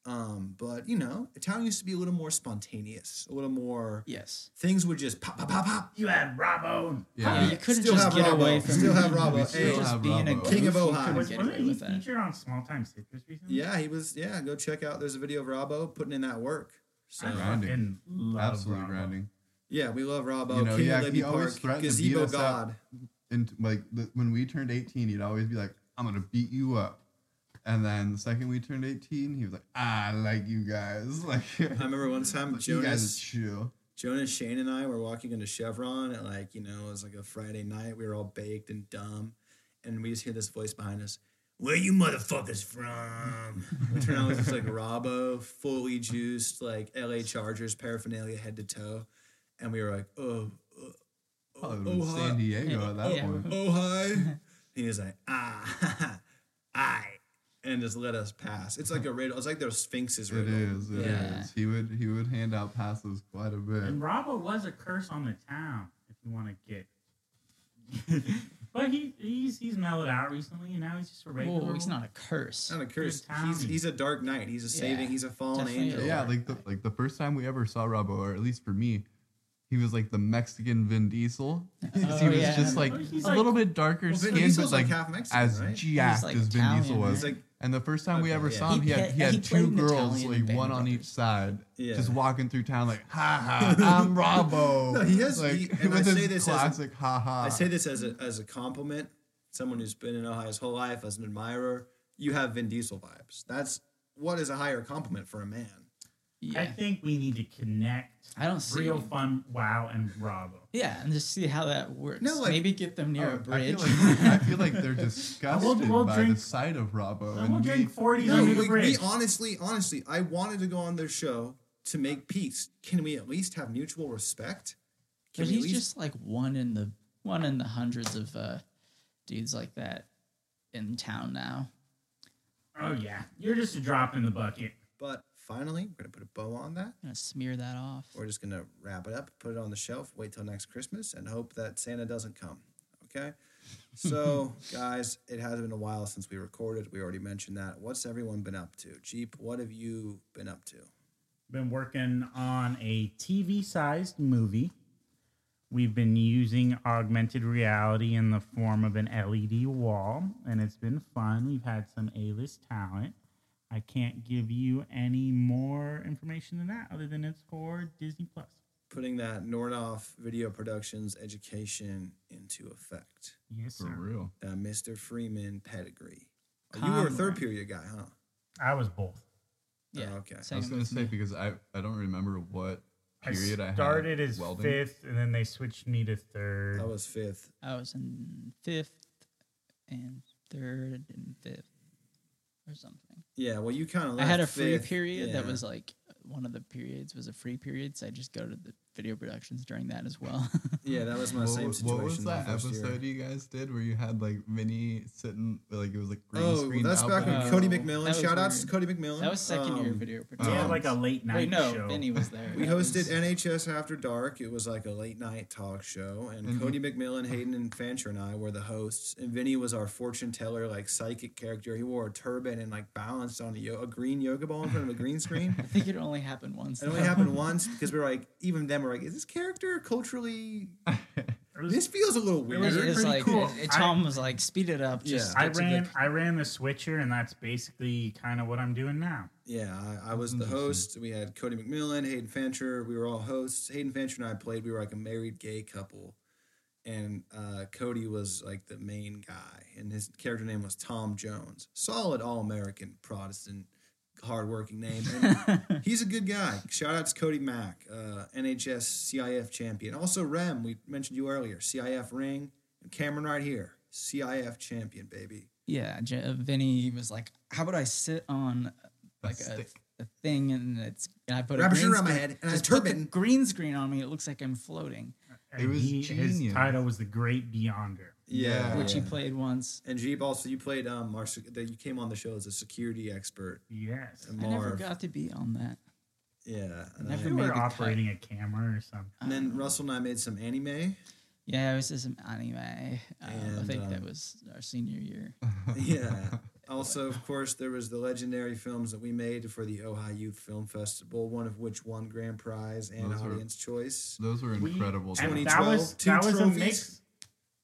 S5: Um, but you know, town used to be a little more spontaneous, a little more.
S6: Yes.
S5: Things would just pop, pop, pop, pop.
S4: You had Robbo. and-
S6: Yeah,
S3: Yeah.
S6: you couldn't
S5: Still
S6: just
S5: have
S6: get
S5: Robbo.
S6: away from
S5: Still have Robbo.
S6: You
S5: Hey,
S6: couldn't
S3: still
S6: just
S3: have
S6: being a
S3: Robbo.
S5: King of
S6: goof, you
S5: Ohio.
S6: couldn't
S4: Was,
S6: get
S4: wasn't
S6: away
S4: he
S6: with that.
S4: featured on Small Time Citrus
S6: Mm-hmm.
S4: recently?
S5: Yeah, he was. Yeah, go check out. There's a video of Robbo putting in that work. So
S4: I
S3: Grinding.
S4: fucking love
S3: Absolutely
S4: Robbo.
S3: grinding.
S5: yeah, we love Robbo.
S3: You know,
S5: King
S3: yeah,
S5: of
S3: he
S5: Libby
S3: always
S5: Park,
S3: threatened to beat
S5: gazebo
S3: us up.
S5: god.
S3: And like the, when we turned 18, he'd always be like, "I'm gonna beat you up." And then the second we turned 18, he was like, "I like you guys." Like,
S5: I remember one time
S3: you guys are
S5: Jonas,
S3: chill.
S5: Jonas, Shane, and I were walking into Chevron at like you know it was like a Friday night. We were all baked and dumb, and we just hear this voice behind us. Where you motherfuckers from? We turn out it was just like Robbo, fully juiced, like LA Chargers paraphernalia head to toe, and we were like, oh, uh,
S3: Probably
S5: oh,
S3: would've been
S5: hi.
S3: San Diego at that
S6: Yeah.
S3: point.
S5: oh hi and he was like ah i and just let us pass it's like a riddle it's like those sphinxes
S3: It
S5: riddle.
S3: is. it is.
S6: Yeah.
S3: He would he would hand out passes quite a
S4: And
S3: bit.
S4: Robbo was a curse on the town, if you want to get. but he he's he's mellowed out recently, and now he's just a regular.
S6: Whoa, he's
S4: old-
S6: not a curse.
S5: not a curse
S4: Good
S5: he's,
S4: timing.
S5: he's a dark knight he's a saving
S6: Yeah.
S5: he's a fallen
S6: Definitely
S5: angel
S6: is.
S3: Yeah, like the like the first time we ever saw Robbo, or at least for me, he was like the Mexican Vin Diesel. 'Cause he
S6: Oh,
S3: was
S6: yeah.
S3: just like
S4: He's
S3: a
S4: like-
S3: little bit darker
S5: well, Vin
S3: skin,
S5: Diesel's
S3: but
S5: like
S3: like,
S5: half Mexican,
S3: as
S5: right?
S3: jacked
S6: like
S3: as Vin
S6: Italian,
S3: Diesel was.
S5: he's like
S3: and the first time we
S5: Okay,
S3: ever
S5: yeah.
S3: saw him,
S6: He
S3: he, had
S6: played-
S3: he
S6: he
S3: had
S6: played
S3: two
S6: an
S3: girls,
S6: Italian
S3: like
S6: band
S3: one on
S6: brother.
S3: each side,
S5: Yeah.
S3: just walking through town, like ha ha, I'm Robbo.
S5: No, he has-
S3: like,
S5: he- and
S3: with
S5: I
S3: his
S5: say this as a-
S3: classic ha ha.
S5: i say this as a as a compliment someone who's been in ohio his whole life as an admirer you have vin diesel vibes that's what is a higher compliment for a man
S4: I
S6: Yeah.
S4: think we need to connect
S6: I don't see.
S4: real fun, wow, and Robbo.
S6: Yeah, and just see how that works.
S5: No, like-
S6: Maybe get them near
S3: Oh,
S6: a bridge.
S3: I feel like, I feel like they're disgusted
S4: we'll
S3: by
S4: drink-
S3: the sight of Robbo.
S4: Someone
S3: And we,
S4: drink forties
S5: no
S4: under the
S5: like, we
S4: bridge.
S5: honestly honestly i wanted to go on their show to make peace can we at least have mutual respect can
S6: but
S5: we at
S6: he's
S5: least
S6: just like one in the one in the hundreds of uh, dudes like that in town now.
S4: oh yeah, you're just a drop in the bucket.
S5: But finally, we're going to put a bow on that.
S6: gonna smear that off.
S5: We're just going to wrap it up, put it on the shelf, wait till next Christmas, and hope that Santa doesn't come. Okay? So, guys, it has been a while since we recorded. We already mentioned that. What's everyone been up to? Jeep, what have you been up to?
S4: Been working on a TV-sized movie. We've been using augmented reality in the form of an LED wall, and it's been fun. We've had some A-list talent. I can't give you any more information than that, other than it's for Disney Plus.
S5: Putting that Nordoff Video Productions education into effect.
S4: Yes,
S3: for
S4: sir.
S3: real.
S5: That Mr. Freeman pedigree. Oh, you were a third period guy, huh?
S4: I was both.
S6: Yeah.
S5: Oh, okay.
S3: I was
S6: Same
S3: gonna
S6: with
S3: say
S6: me.
S3: because I, I don't remember what period I,
S4: I started
S3: had
S4: as
S3: welding.
S4: fifth, and then they switched me to third.
S5: I was fifth.
S6: I was in fifth and third and fifth or something.
S5: Yeah, well, you kind of
S6: I had a free period that was like one of the periods was a free period, so I just go to the video productions during that as well.
S5: Yeah, that was my
S3: What,
S5: same
S3: was-
S5: situation.
S3: what was
S5: my
S3: that
S5: first year.
S3: episode you guys did where you had like Vinny sitting like it was like green
S5: Oh,
S3: screen?
S5: that's back
S3: outback?
S5: when Cody
S6: Oh,
S5: McMillan.
S6: that was
S5: Shout outs to Cody
S6: weird.
S5: McMillan.
S6: that was second year
S5: Um,
S6: video
S4: They
S6: production.
S4: had
S5: Um,
S4: like a late night
S6: Wait, no,
S4: show.
S6: Vinny was there.
S5: We
S6: That
S5: hosted
S6: was-
S5: NHS After Dark. It was like a late night talk show, and
S3: Mhm.
S5: Cody McMillan, Hayden, and Fancher and I were the hosts. And Vinny was our fortune teller, like psychic character. He wore a turban and like balanced on a, yo- a green yoga ball in front of a green screen.
S6: I think it only happened once.
S5: It only
S6: though.
S5: happened once because we were like, even then, we're like, is this character culturally?
S4: It was-
S5: This feels a little
S4: It
S5: weird.
S4: was
S6: It
S4: pretty
S6: is like
S4: cool.
S6: it- Tom was like, "Speed it up."
S5: Yeah.
S6: Just
S4: I
S6: get to the-
S4: ran I ran the switcher, and that's basically kind of what I'm doing now.
S5: Yeah, I, I was the
S3: Interesting.
S5: host. We had Cody McMillan, Hayden Fancher. We were all hosts. Hayden Fancher and I played. We were like a married gay couple, and uh, Cody was like the main guy, and his character name was Tom Jones. Solid all American Protestant, hardworking name. And he's a good guy. Shout out to Cody Mack, uh, NHS CIF champion. Also Rem, we mentioned you earlier, CIF ring, and Cameron right here, CIF champion, baby.
S6: Yeah, J- uh, Vinny was like, "How about I sit on uh, like a,
S3: stick.
S6: a thing and it's and I put
S5: Wrap
S6: a
S5: a
S6: green
S5: shirt around my
S6: screen-
S5: head and a
S6: just put the
S5: turban."
S6: green screen on me. It looks like I'm floating."
S3: It
S4: And
S3: was
S4: he- His
S3: genius.
S4: title was the Great Beyonder.
S3: Yeah.
S6: Which he
S5: Yeah.
S6: played once.
S5: And Jeep, also you played um our sec- that you came on the show as a security expert.
S4: Yes,
S5: And
S6: I never
S5: Marv.
S6: got to be on that.
S5: yeah. And,
S6: Never
S5: I-
S4: you
S6: made the
S4: were
S6: cut.
S4: operating a camera or something.
S5: and then Russell and I made some anime.
S6: Yeah, it was just some anime. Um, I
S5: And,
S6: think that
S5: um,
S6: was our senior year.
S5: yeah. Also, of course, there was the legendary films that we made for the Ohio Youth Film Festival, one of which won grand prize and
S3: Those are-
S5: audience choice.
S3: Those were
S4: We-
S3: incredible. times.
S4: and that was
S5: 2012, two
S4: that was a
S5: trophies.
S4: mix.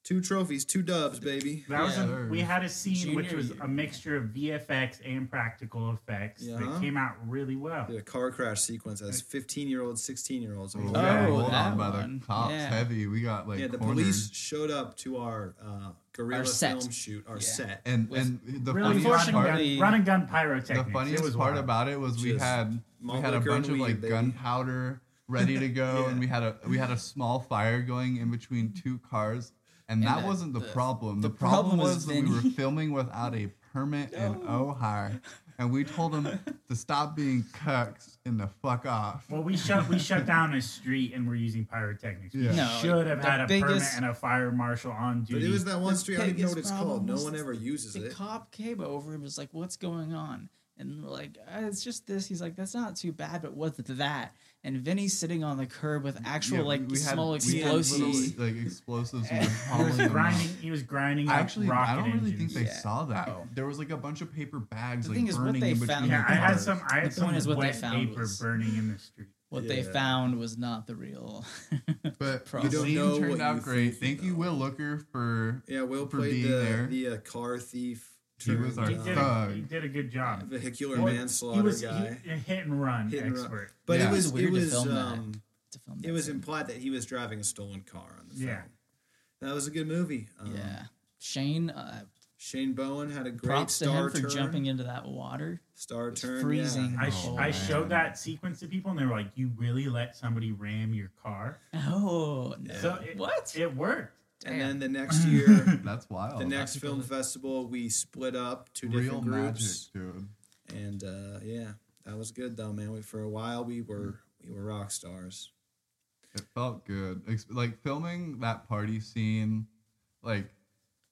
S5: Two trophies, two dubs, baby.
S4: That was a,
S3: Yeah.
S4: we had a scene which
S6: Junior
S4: was
S6: year.
S4: a mixture of VFX and practical effects
S5: Yeah.
S4: that came out really well.
S5: The car crash sequence as 15 year olds, 16 year olds.
S3: Oh, we got
S6: Oh,
S3: rolled
S6: that
S3: on by
S6: one.
S3: the cops
S6: Yeah.
S3: heavy. We got like
S5: yeah, the
S3: cornered.
S5: police showed up to our uh, guerrilla
S6: Our set.
S5: film shoot, our
S6: Yeah.
S5: set.
S3: and
S6: With
S3: and the
S4: Really
S3: funniest
S4: run and,
S3: part,
S6: Unfortunately-
S4: gun, run and gun
S3: the
S4: pyrotechnics. it
S3: funniest
S4: was
S3: part
S4: wild.
S3: about it was we
S5: Just
S3: had we
S5: malt
S3: had a
S5: liquor
S3: bunch
S5: and
S3: of
S5: weed,
S3: like
S5: baby.
S3: gunpowder ready to go, and
S5: Yeah.
S3: we had a we had a small fire going in between two cars, and,
S6: And
S3: that
S6: the-
S3: wasn't the,
S6: the-
S3: problem.
S6: the
S3: The, problem,
S6: problem
S3: was
S6: is
S3: that we were
S6: Vinny.
S3: filming without a permit in Ohio, and we told him to stop being cucks and to fuck off.
S4: Well, we shut we shut down a street and we're using pyrotechnics. We
S3: Yeah.
S6: No,
S4: should have
S6: the
S4: had a
S6: biggest-
S4: permit and a fire marshal on
S5: But
S4: duty.
S5: it was that one
S6: The
S5: street I didn't know what
S6: biggest
S5: it's called.
S6: problem
S5: No
S6: was
S5: one ever uses
S6: the
S5: it.
S6: cop came over and was like, "What's going on?" And we're like, "Uh, "It's just this." He's like, "That's not too bad, but what's that?" And Vinny's sitting on the curb with actual
S3: Yeah,
S6: like small
S3: we had little,
S6: explosives.
S3: like explosives. we were
S4: he was
S3: hauling them out.
S4: grinding. He was grinding.
S3: I
S4: up
S3: actually,
S4: rocket
S3: I don't really
S4: engines.
S3: think they
S6: Yeah.
S3: saw that.
S6: Oh.
S3: There was like a bunch of paper bags
S6: The
S3: like
S6: thing is, what
S3: burning
S6: they
S3: in between.
S6: found-
S3: the
S4: Yeah, I had
S3: cars.
S4: some. I had
S6: The point
S4: some
S6: is what they
S4: wet
S6: found
S4: paper
S6: was-
S4: burning in the street.
S6: what they
S5: Yeah.
S6: found was not the real.
S3: But
S6: Pro-
S3: the
S6: You don't
S3: scene
S5: know what
S3: turned out
S5: you
S3: great.
S5: think
S3: Thank
S5: you
S3: you,
S5: know.
S3: Will Looker, for
S5: Yeah, Will
S3: for
S5: played
S3: being
S5: the
S3: there.
S5: the uh, car thief.
S3: He was
S5: turned,
S3: our
S4: He
S5: uh,
S4: did. A,
S3: Thug.
S4: he did a good job.
S5: vehicular
S4: Well,
S5: manslaughter
S4: he was
S5: guy.
S4: He, a hit and run
S5: Hit and run.
S4: expert.
S5: but
S3: Yeah.
S5: it
S3: It
S5: was
S6: was
S5: it
S6: weird to
S5: was
S6: film that.
S5: um,
S6: to film
S5: it
S6: that
S5: was
S6: scene.
S5: implied that he was driving a stolen car on the film.
S4: Yeah.
S5: That was a good movie. Um,
S6: yeah. Shane, uh,
S5: Shane Bowen had a great
S6: props to
S5: star
S6: him for
S5: turn.
S6: jumping into that water.
S5: star
S6: was
S5: turn.
S6: freezing.
S5: Yeah.
S4: I, sh-
S6: Oh,
S4: I
S6: man.
S4: showed that sequence to people and they were like, "You really let somebody ram your car?"
S6: Oh no!
S4: So it,
S6: what?
S4: It worked.
S5: And then the next year,
S3: that's wild.
S5: the next
S6: Oh, that's
S5: film
S6: cool.
S5: festival, we split up two
S3: That's real
S5: different groups,
S3: magic, dude.
S5: and uh, yeah, that was good though, man. We, for a while, we were we were rock stars.
S3: It felt good. Ex- Like filming that party scene, like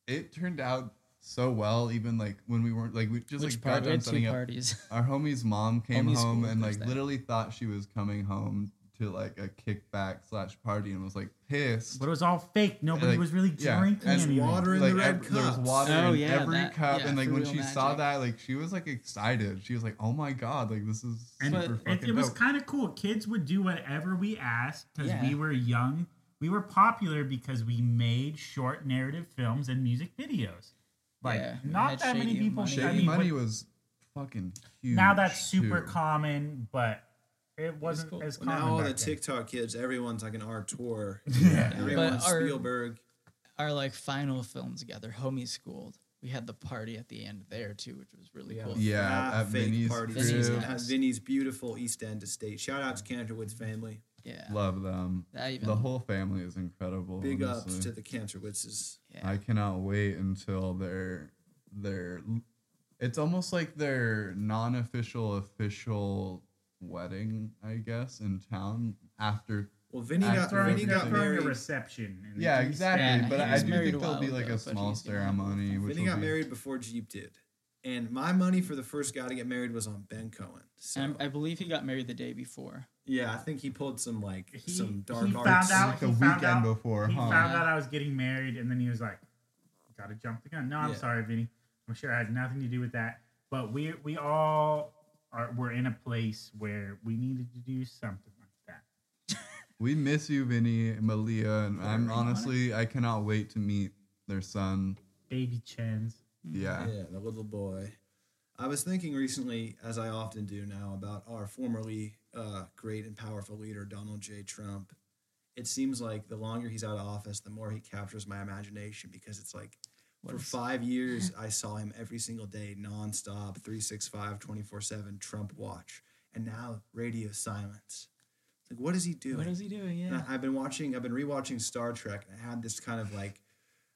S3: it turned out so well. Even like when we weren't like we just
S6: Which
S3: like
S6: part?
S3: got
S6: We
S3: done
S6: had two
S3: setting up.
S6: parties.
S3: Our homie's mom came
S6: Homie's
S3: home
S6: cool,
S3: and
S6: there's
S3: like
S6: that.
S3: literally thought she was coming home to like a kickback slash party and was like pissed.
S4: But it was all fake. Nobody
S3: Like,
S4: was really
S3: yeah,
S4: drinking
S3: and
S4: anything.
S5: water in the red
S3: ev- there was
S5: cups.
S3: water
S6: Oh,
S3: in
S6: yeah,
S3: every
S6: that-
S3: cup,
S6: yeah,
S3: and like
S6: for
S3: when
S6: real
S3: she saw
S6: magic.
S3: that, like she was like excited. She was like, "Oh my god, like this is
S4: And
S3: super
S6: it-
S4: It,
S3: fucking
S4: it was
S3: dope."
S4: kind of cool. Kids would do whatever we asked because
S6: Yeah.
S4: we were young. We were popular because we made short narrative films and music videos. Like
S6: Yeah, we
S4: not
S6: had
S4: that many
S6: Shady
S4: people.
S6: Money.
S3: Shady
S4: I mean,
S3: Money
S4: what-
S3: was fucking huge.
S4: now that's super
S3: too.
S4: common, but it wasn't
S6: cool.
S4: as
S5: Well,
S4: common.
S5: now all the
S4: back then.
S5: TikTok kids, everyone's like an artur.
S4: Yeah.
S5: Everyone's
S6: But our-
S5: Spielberg.
S6: Our like final film together, Homie Schooled. We had the party at the end there too, which was really cool.
S3: Yeah,
S5: Ah,
S3: at Vinny's
S6: Vinny's
S3: crib.
S6: house.
S5: At Vinny's beautiful East End estate. Shout out to Canterwood's family.
S6: Yeah.
S3: Love them.
S6: That even-
S3: The whole family is incredible.
S5: Big
S3: honestly.
S5: ups to the Canterwoodses.
S6: Yeah.
S3: I cannot wait until their their it's almost like their non-official official wedding, I guess, in town after.
S5: Well, Vinny got
S3: After
S4: Throwing,
S5: Vinny
S3: he
S5: got
S4: they're throwing a
S5: married.
S4: reception. and
S3: Yeah,
S4: he's
S3: exactly.
S4: back.
S6: Yeah,
S3: but
S6: he
S3: I
S6: was
S3: do
S6: married
S3: think
S6: a
S3: there'll
S6: while
S3: be like
S6: ago,
S3: a
S6: but
S3: small
S6: he's getting older.
S3: ceremony. Which
S5: Vinny
S3: will
S5: got
S3: be-
S5: married before Jeep did, and my money for the first guy to get married was on Ben Cohen. So
S6: And I, I believe he got married the day before.
S5: yeah, I think he pulled some like
S4: He,
S5: some dark
S4: he
S5: arts.
S4: found out.
S3: Like
S4: he
S3: a
S4: found
S3: weekend
S4: out,
S3: before,
S4: He
S3: huh?
S4: found out I was getting married, and then he was like, "Gotta jump the gun." No, I'm
S5: Yeah.
S4: sorry, Vinny. I'm sure I had nothing to do with that. But we we all are we're in a place where we needed to do something like that.
S3: We miss you, Vinny and Malia, and I'm
S6: ring on it.
S3: honestly I cannot wait to meet their son.
S4: Baby Chens.
S3: Yeah,
S5: Yeah, the little boy. I was thinking recently, as I often do now, about our formerly uh, great and powerful leader, Donald J. Trump. It seems like the longer he's out of office, the more he captures my imagination because it's like
S6: What
S5: for
S6: is-
S5: five years, I saw him every single day, nonstop, 365, 24 7, Trump watch. And now radio silence. It's Like, what is he doing?
S6: What is he doing? Yeah.
S5: And I, Uh, I've been watching, I've been rewatching Star Trek, and I had this kind of like,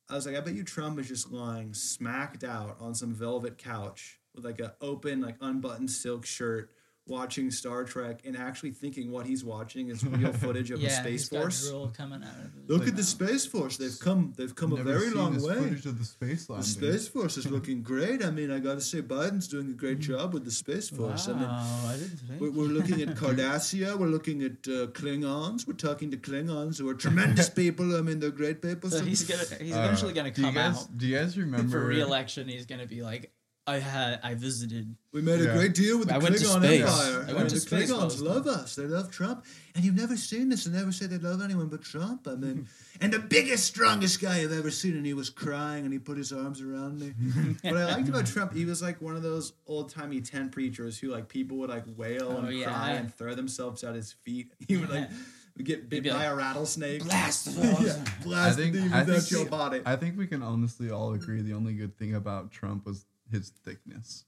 S5: I was like, I bet you Trump is just lying smacked out on some velvet couch with like a open, like unbuttoned silk shirt, watching Star Trek, and actually thinking what he's watching is real footage of
S6: yeah,
S5: the Space
S6: he's got
S5: Force.
S6: drill coming out of his
S5: Look at the
S6: mouth.
S5: Space Force. They've come. They've come a
S3: Never
S5: very
S3: seen
S5: long
S3: this
S5: way.
S3: Footage of the space
S5: The
S3: landing.
S5: Space Force is looking great. I mean, I got to say, Biden's doing a
S6: Mm.
S5: great job with the Space Force. I mean,
S6: Wow, I didn't think.
S5: we're, we're looking at Cardassia. We're looking at uh, Klingons. We're talking to Klingons who are tremendous people. I mean, they're great people.
S6: so
S5: So-
S6: he's gonna. He's
S3: Uh,
S6: eventually gonna
S3: do you
S6: come
S3: guys,
S6: out
S3: Do you guys remember
S6: for re-election. He's gonna be like, I had, I visited.
S5: we made a
S3: Yeah.
S5: great deal with the
S6: I went to
S5: Klingon
S6: space.
S5: Empire.
S6: I went to
S5: the
S6: space
S5: Klingons
S6: most
S5: love us. They love Trump. And you've never seen this. They never say they love anyone but Trump. I mean, and the biggest, strongest guy I've ever seen. And he was crying and he put his arms around me. what I liked about Trump, he was like one of those old timey tent preachers who like people would like wail
S6: Oh,
S5: and
S6: yeah.
S5: cry and throw themselves at his feet. He would like get bit
S6: be
S5: by
S6: like,
S5: a rattlesnake.
S6: Blast.
S5: yeah, blast
S3: I think-
S5: the demons
S3: I think
S5: out your
S3: we-
S5: body.
S3: I think we can honestly all agree the only good thing about Trump was his thickness.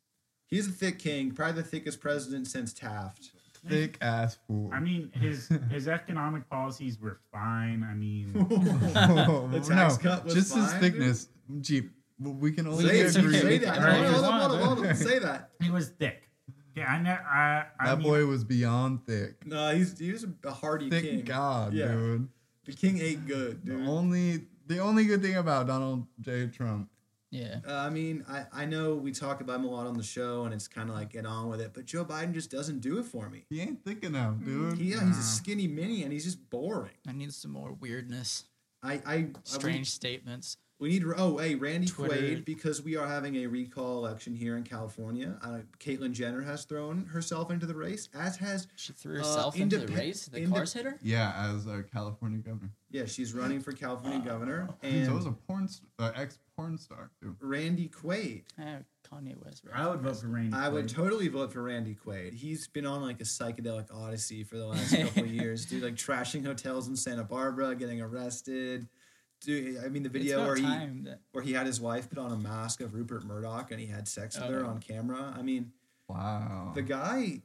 S5: He's a thick king, probably the thickest president since Taft.
S3: Thick ass fool.
S4: I mean, his his economic policies were fine. I mean,
S3: the
S5: tax cut was
S3: Oh, just his
S5: fine,
S3: thickness. Jeep. We can only
S5: Say, it,
S3: agree.
S5: say that.
S6: Right.
S5: Hold on, hold on, hold on, Say that.
S4: he was thick. Yeah, I know. I, I
S3: That
S4: mean,
S3: boy was beyond thick.
S5: No, he's he was a hardy
S3: Thick
S5: king.
S3: God,
S5: Yeah.
S3: dude.
S5: The king ate good,
S3: The
S5: dude.
S3: only the only good thing about Donald J. Trump.
S6: Yeah.
S5: Uh, I mean, I, I know we talk about him a lot on the show, and it's kind of like get on with it. But Joe Biden just doesn't do it for me.
S3: He ain't thick enough, dude.
S5: He, yeah, he's a skinny mini, and he's just boring.
S6: I need some more weirdness,
S5: I, I I-
S6: strange statements.
S5: We need oh hey Randy
S6: Twitter.
S5: Quaid because we are having a recall election here in California. Uh, Caitlyn Jenner has thrown herself into the race, as has
S6: She threw herself into the
S5: Uh, independ-
S6: race. The
S5: indep-
S6: cars hit her.
S3: yeah, as our California governor.
S5: yeah she's running for California governor
S3: He's
S5: and
S3: always a porn st- uh, ex porn star, dude.
S5: Randy Quaid.
S6: Eh, Kanye West. Right?
S4: I would vote for Randy.
S5: I would
S4: Quaid.
S5: totally vote for Randy Quaid. He's been on like a psychedelic odyssey for the last couple of years, dude. Like trashing hotels in Santa Barbara, getting arrested. Dude, I mean the
S6: It's
S5: video
S6: about
S5: where he
S6: time that
S5: where he had his wife put on a mask of Rupert Murdoch and he had sex with
S6: Oh,
S5: her
S6: yeah.
S5: on camera. I mean
S3: Wow.
S5: the guy,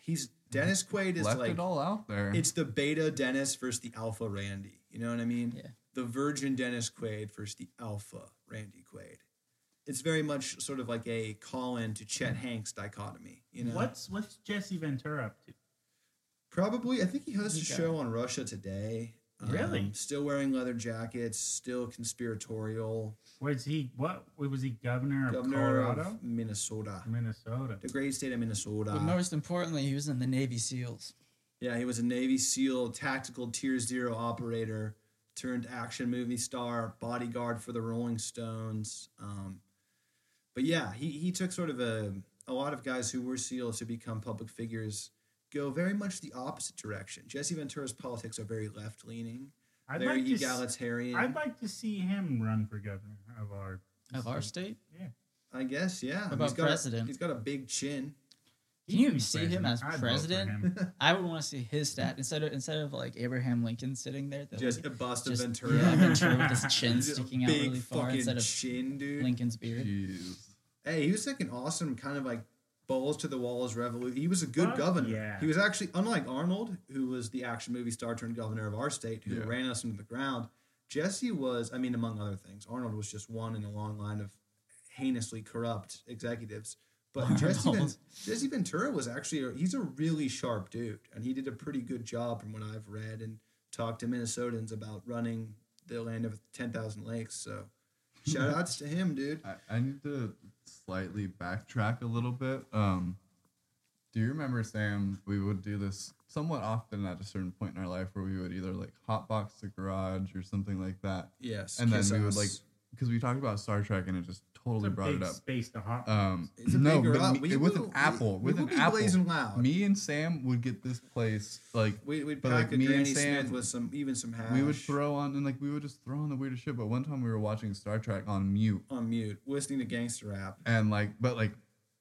S5: he's Dennis Quaid is
S3: Left
S5: like
S3: it all out there.
S5: it's the beta Dennis versus the alpha Randy. You know what I mean?
S6: Yeah.
S5: The virgin Dennis Quaid versus the alpha Randy Quaid. It's very much sort of like a call in to Chet Hanks dichotomy. You know,
S4: What's what's Jesse Ventura up to?
S5: probably I think he hosts a
S6: Okay.
S5: show on Russia Today. Um,
S4: Really?
S5: Still wearing leather jackets. Still conspiratorial.
S4: Was he what? Was he governor of
S5: Governor
S4: Colorado,
S5: of Minnesota,
S4: Minnesota?
S5: the great state of Minnesota.
S6: But most importantly, he was in the Navy SEALs.
S5: Yeah, he was a Navy SEAL, tactical tier zero operator, turned action movie star, bodyguard for the Rolling Stones. Um, but yeah, he, he took sort of a, a lot of guys who were SEALs who become public figures go very much the opposite direction. Jesse Ventura's politics are very left leaning,
S4: I'd
S5: very
S4: like to. s-
S5: egalitarian.
S4: I'd like to see him run for governor of our
S6: Of our state,
S4: Yeah.
S5: I guess, yeah.
S6: about
S5: he's got
S6: president?
S5: he's got a big chin.
S6: can you
S4: He'd be
S6: see him as
S4: I'd vote for
S6: president?
S4: him.
S6: I would want to see his stat instead of instead of like Abraham Lincoln sitting there. That
S5: Just
S6: just,
S5: a bust of
S6: just
S5: Ventura.
S6: yeah, Ventura with his chin
S5: He's a
S6: sticking out
S5: big
S6: really far
S5: fucking
S6: instead of
S5: chin, dude.
S6: Lincoln's beard.
S3: Jeez.
S5: Hey, he was like an awesome kind of like balls to the walls revolution. He was a good
S4: Fuck
S5: governor.
S4: yeah.
S5: He was actually unlike Arnold, who was the action movie star turned governor of our state, who
S3: Yeah.
S5: ran us into the ground. Jesse was, I mean, among other things, Arnold was just one in a long line of heinously corrupt executives. But Jesse, Ven-
S6: Arnold.
S5: Jesse Ventura was actually a, he's a really sharp dude, and he did a pretty good job from what I've read and talked to Minnesotans about running the land of ten thousand lakes. So shout outs to him, dude.
S3: I, I need to slightly backtrack a little bit. Um, do you remember, Sam? We would do this somewhat often at a certain point in our life where we would either like hotbox the garage or something like that,
S5: Yes,
S3: and then
S5: kiss
S3: we would
S5: ass.
S3: like because we talked about Star Trek and it just totally
S4: It's a
S3: brought
S4: big
S3: it up.
S4: space to hop.
S3: Um,
S5: It's a
S3: no,
S5: big
S3: but
S5: garage.
S3: me-
S5: We
S3: with
S5: will-
S3: an
S5: we-
S3: apple,
S5: we
S3: with an
S5: will be
S3: apple,
S5: blazing loud.
S3: me and Sam would get this place like
S5: we, we'd
S3: but,
S5: pack
S3: like,
S5: a
S3: me and
S5: Granny
S3: Sam-
S5: Smith with some even some hash.
S3: we would throw on and like we would just throw on the weirdest shit. But one time we were watching Star Trek on mute,
S5: on mute, listening to gangster rap.
S3: and like but like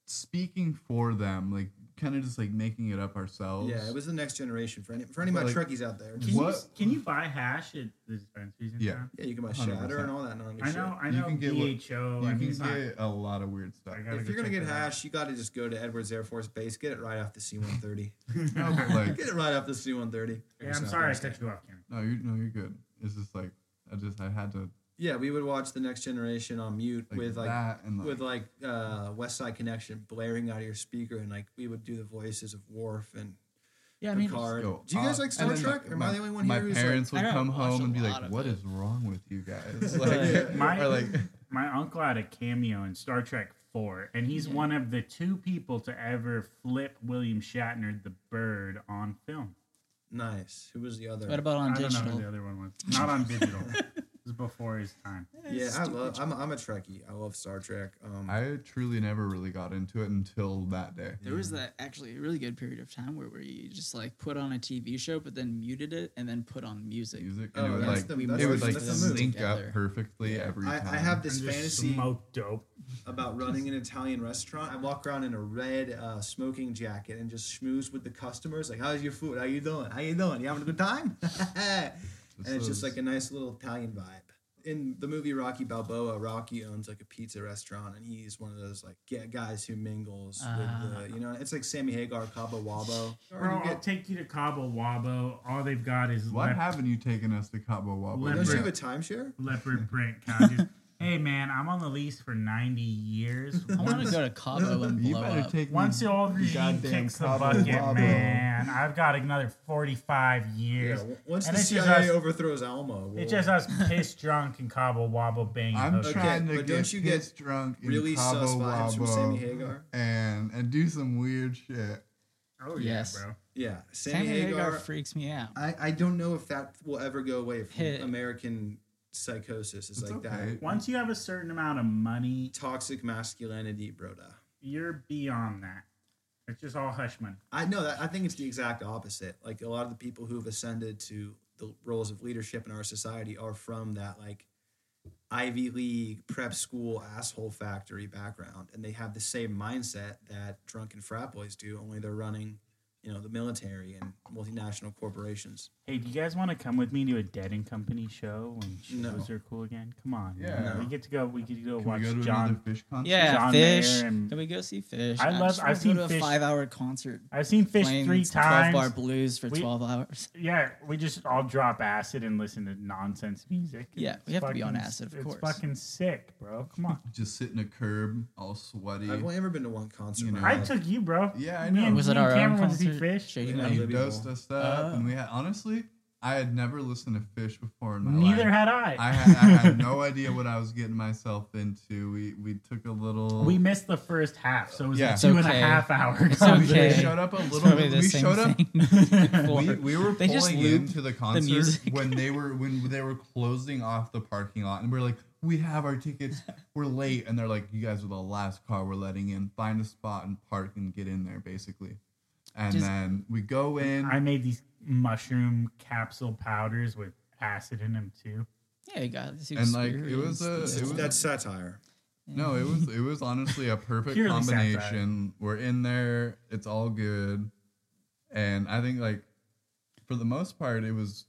S3: speaking for them like kind of just like making it up ourselves
S5: Yeah, it was the next generation for any for any of my
S3: But, like,
S5: Trekkies out there.
S4: can, you,
S3: what-
S4: can you buy hash at the dispensaries? in
S3: Yeah.
S4: town?
S5: Yeah, you can buy
S3: 100%.
S5: shatter and all that non
S4: I know. I
S3: You
S4: know.
S3: can get what-
S4: DHO.
S3: you
S4: I mean,
S3: can
S4: it's not-
S3: get a lot of weird stuff
S4: I gotta
S5: If
S4: go
S5: you're gonna
S4: check
S5: get
S4: that out.
S5: hash, you got to just go to Edwards Air Force Base, get it right off the C-130.
S3: no but like
S5: get it right off the C-130.
S4: Yeah, I'm sorry I cut you off, Cameron.
S3: no you no you're good it's just like i just i had to
S5: Yeah, we would watch The Next Generation on mute
S3: like
S5: with like
S3: that and like,
S5: with like uh, West Side Connection blaring out of your speaker, and like we would do the voices of Worf and
S6: Yeah, I mean,
S5: Picard.
S3: go
S5: do you guys
S3: off.
S5: like Star
S3: uh, And then,
S5: Trek?
S3: like,
S5: or am I the only one
S3: my
S5: here who's
S3: parents
S6: I
S3: would
S6: don't
S3: come
S6: watch
S3: home
S6: a
S3: and be
S6: lot
S3: like
S6: of
S3: what
S6: it.
S3: is wrong with you guys like
S4: My-
S3: or like
S4: My uncle had a cameo in Star Trek Four, and he's one of the two people to ever flip William Shatner the bird on film.
S5: like nice? Who was the other?
S6: what about on
S4: I don't know who
S6: digital?
S4: the other one was. Not on digital. it was before his time.
S5: yeah, I love. I'm, I'm a Trekkie. I love Star Trek. Um,
S3: i truly never really got into it until that day
S6: There was that actually a really good period of time where, where you just like put on a TV show, but then muted it and then put on music.
S3: music and
S5: Oh,
S3: it would
S5: that's
S3: like
S5: the-
S3: it
S5: that's
S3: would
S5: the-
S3: like
S5: that's the move.
S3: sync
S6: Together.
S3: up perfectly every
S5: I,
S3: time
S5: I have this
S4: And just
S5: fantasy
S4: smoke dope.
S5: about running an Italian restaurant. I walk around in a red uh, smoking jacket and just schmooze with the customers. Like, how's your food? How you doing? How you doing? You having a good time? and
S3: is-
S5: it's just like a nice little Italian vibe. In the movie Rocky Balboa, Rocky owns like a pizza restaurant, and he's one of those like ga- guys who mingles
S6: Ah.
S5: with the, you know, it's like Sammy Hagar, Cabo Wabo. Or
S4: Bro,
S5: you
S4: I'll
S5: get,
S4: take you to Cabo Wabo. All they've got is
S3: Why
S4: lep-
S3: haven't you taken us to Cabo
S4: Let
S3: Wabo?
S5: don't
S4: me-
S5: you
S3: yet?
S5: have a timeshare?
S4: leopard print. Kind of just, hey man, I'm on the lease for 90 years.
S6: I want to go to Cabo and
S3: You
S6: blow
S3: better
S6: up.
S3: take me
S4: Once the old regime
S3: goddamn
S4: kicks the
S3: Cabo
S4: bucket,
S3: Wabo.
S4: man, I've got another 45
S5: Yeah,
S4: years.
S5: w- once
S4: And
S5: the
S4: it's just
S5: CIA
S4: us-
S5: overthrows Alma, we'll-
S4: It's just us pissed drunk and Cabo Wabo banging.
S3: I'm
S4: hookers.
S3: trying to
S5: but
S3: get
S5: don't you get
S3: pissed drunk in
S5: really
S3: Cabo
S5: sus vibes from
S3: Wabo
S5: Sammy Hagar?
S3: and and do some weird shit.
S4: Oh
S6: Yes.
S4: yeah, bro.
S5: yeah, Sammy,
S6: Sammy Hagar
S5: Hagar
S6: freaks me out.
S5: I, I don't know if that will ever go away from
S6: Hit.
S5: American psychosis. Is
S3: It's
S5: like
S3: okay.
S5: that
S4: Once you have a certain amount of money,
S5: toxic masculinity, broda.
S4: you're beyond that. It's just all hush money.
S5: I know that. I think it's the exact opposite. Like a lot of the people who have ascended to the roles of leadership in our society are from that like Ivy League prep school asshole factory background, and they have the same mindset that drunken frat boys do. Only they're running, you know, the military and multinational corporations.
S4: Hey, do you guys want to come with me to a Dead and Company show when
S5: No.
S4: shows are cool again? Come on,
S3: Yeah.
S4: man.
S5: No.
S4: we get to go. We get to go
S3: Can
S4: watch
S3: we go to another
S4: John.
S3: fish concert?
S6: Yeah,
S4: John
S6: fish.
S4: Mayer and-
S6: Can we go see fish?
S4: I love-
S6: just wanna
S4: I've
S6: go
S4: seen
S6: to a
S4: Fish-
S6: five-hour concert.
S4: I've seen Fish
S6: playing
S4: three
S6: 12 bar
S4: times.
S6: blues for
S4: We-
S6: 12 hours.
S4: yeah, we just all drop acid and listen to nonsense music.
S6: Yeah, we
S4: It's
S6: have to be on
S4: fucking-
S6: acid, of
S4: it's
S6: course.
S4: fucking sick, bro. Come on.
S3: Just sit in a curb, all sweaty.
S5: I've only ever been to one concert.
S3: You
S5: in my
S3: know.
S4: I
S5: life.
S4: took you, bro.
S3: Yeah, I
S4: Me
S3: know.
S4: and-
S6: Was
S4: me
S6: it
S4: and
S6: our
S4: Cameron
S6: own
S4: went to see
S6: concert?
S4: Fish?
S6: Shady
S5: Yeah.
S3: And
S6: Mountain.
S3: you
S5: unbelievable.
S3: dosed us up, and we had honestly, I had never listened to fish before in my life.
S4: Neither had I.
S3: I had, I had no idea what I was getting myself into. We we took a little.
S4: we missed the first half, so it was
S3: Yeah.
S4: a
S3: It's
S4: two and a
S6: okay.
S4: half hour.
S6: It's
S3: we
S4: concert.
S6: okay.
S3: showed up a
S6: It's
S3: little.
S6: probably
S3: bit.
S6: the
S3: We
S6: same
S3: showed up.
S6: thing before.
S3: we, we were
S6: They just
S3: pulling
S6: loop
S3: into the concert
S6: music.
S3: when they were when they were closing off the parking lot, and we are like, "We have our tickets. We're late," and they're like, "You guys are the last car we're letting in. Find a spot and park and get in there, basically." And
S6: Just-
S3: then we go in.
S4: I made these mushroom capsule powders with acid in them too.
S6: yeah, you got this.
S3: And, like, it was a-
S6: experience.
S3: it was-
S5: That's satire.
S3: no, it was it was honestly a perfect
S4: Purely satire.
S3: combination. We're in there. It's all good, and I think like for the most part, it was.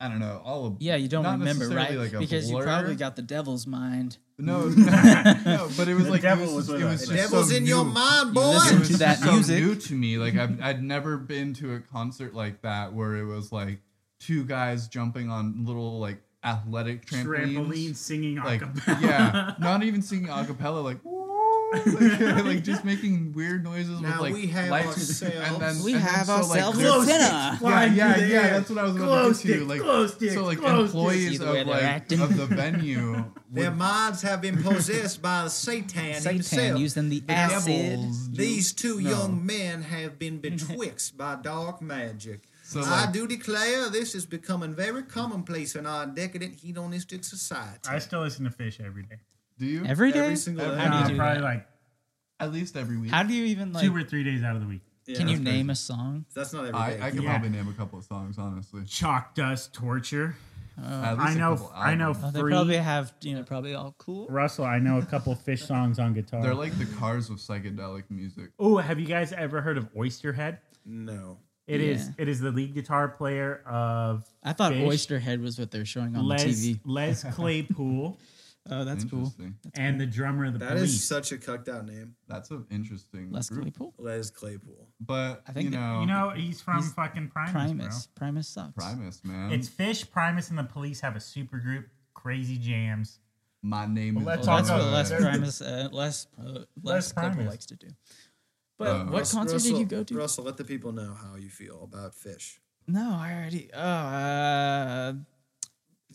S3: I don't know. All of
S6: yeah, you don't
S3: not
S6: remember,
S3: necessarily
S6: right?
S3: Like a
S6: because
S3: blur.
S6: you probably got the devil's mind.
S3: No, no, but it was
S4: The
S3: like
S4: devil
S3: it
S4: was
S3: was,
S4: with
S3: it was
S4: us.
S3: just
S5: Devil's
S3: so
S5: in
S3: new.
S5: your mind,
S6: You
S5: boy.
S3: It
S6: listen
S3: was
S6: to that
S3: so
S6: music.
S3: new to me. Like I've, I'd never been to a concert like that where it was like two guys jumping on little like athletic trampolines.
S4: Trampoline singing
S3: Like
S4: a cappella.
S3: yeah, not even singing a cappella. Like "Woo," like just making weird noises
S5: Now
S3: with like
S5: we have
S3: lights
S5: ourselves.
S3: and then
S6: We
S3: and then
S6: have
S3: so, like,
S6: ourselves
S3: there's-
S6: a dinner.
S3: Yeah,
S4: Flying
S3: yeah,
S4: through the
S3: yeah.
S4: air.
S3: That's what I was about
S4: Glow
S3: to get
S4: sticks,
S3: to. Like,
S4: glow sticks,
S3: so like
S4: glow
S3: employees
S6: sticks. See the way
S3: of
S6: they're
S3: like
S6: acting.
S3: of the venue
S5: Their
S3: would-
S5: minds have been possessed by the Satan,
S6: Satan
S5: himself.
S6: used them the
S3: uh, the
S6: acid.
S3: devils do-
S5: These two
S3: No.
S5: young men have been betwixt by dark magic.
S3: So,
S5: I
S3: like-
S5: do declare this is becoming very commonplace in our decadent hedonistic society.
S4: I still listen to Fish every day.
S3: Do you?
S6: Every day?
S5: Every single
S3: Every-
S5: day.
S6: How
S4: Uh,
S6: do you do
S4: probably
S6: that?
S4: like
S3: At least every week.
S6: How do you even like?
S4: two or three days out of the week.
S5: Yeah,
S6: can you
S5: that's
S6: name a song?
S5: crazy. That's not every day.
S3: I, I can
S4: Yeah.
S3: probably name a couple of songs, honestly.
S4: Chalk dust torture.
S6: Uh,
S3: At
S4: I
S3: least a
S4: know-
S3: couple
S4: I know-
S3: albums.
S6: Oh, they
S4: Free.
S6: probably have you know probably all cool.
S4: Russell, I know a couple Fish songs on guitar.
S3: They're like the cars of psychedelic music.
S4: oh, have you guys ever heard of Oysterhead?
S5: no.
S4: It is.
S6: Yeah.
S4: It is the lead guitar player of
S6: I thought
S4: Fish.
S6: Oysterhead was what they're showing on the
S4: Les
S6: TV.
S4: Les Claypool
S6: Oh, that's cool.
S3: Interesting.
S4: and the drummer of the
S5: That is
S4: Police.
S5: such a cucked out name.
S3: That's an interesting
S6: Les
S3: group.
S6: Claypool,
S5: Les Claypool.
S3: But
S6: I think
S3: you
S6: that-
S3: know,
S4: you know, he's from
S6: He's
S4: fucking Primus.
S6: Primus, Primus sucks.
S3: Primus, man.
S4: Bro. It's Fish, Primus, and the Police have a super group. Crazy jams.
S3: my name
S4: Well,
S3: is.
S4: let's
S6: Well, Oh, that's
S4: talk
S6: what
S4: about
S6: Les
S4: that.
S6: Primus, uh, Les uh, Les Claypool
S4: Primus.
S6: likes to do. But
S3: Uh,
S6: what concert did you go to?
S5: Russell, let the people know how you feel about fish.
S6: No, I already. Oh, uh,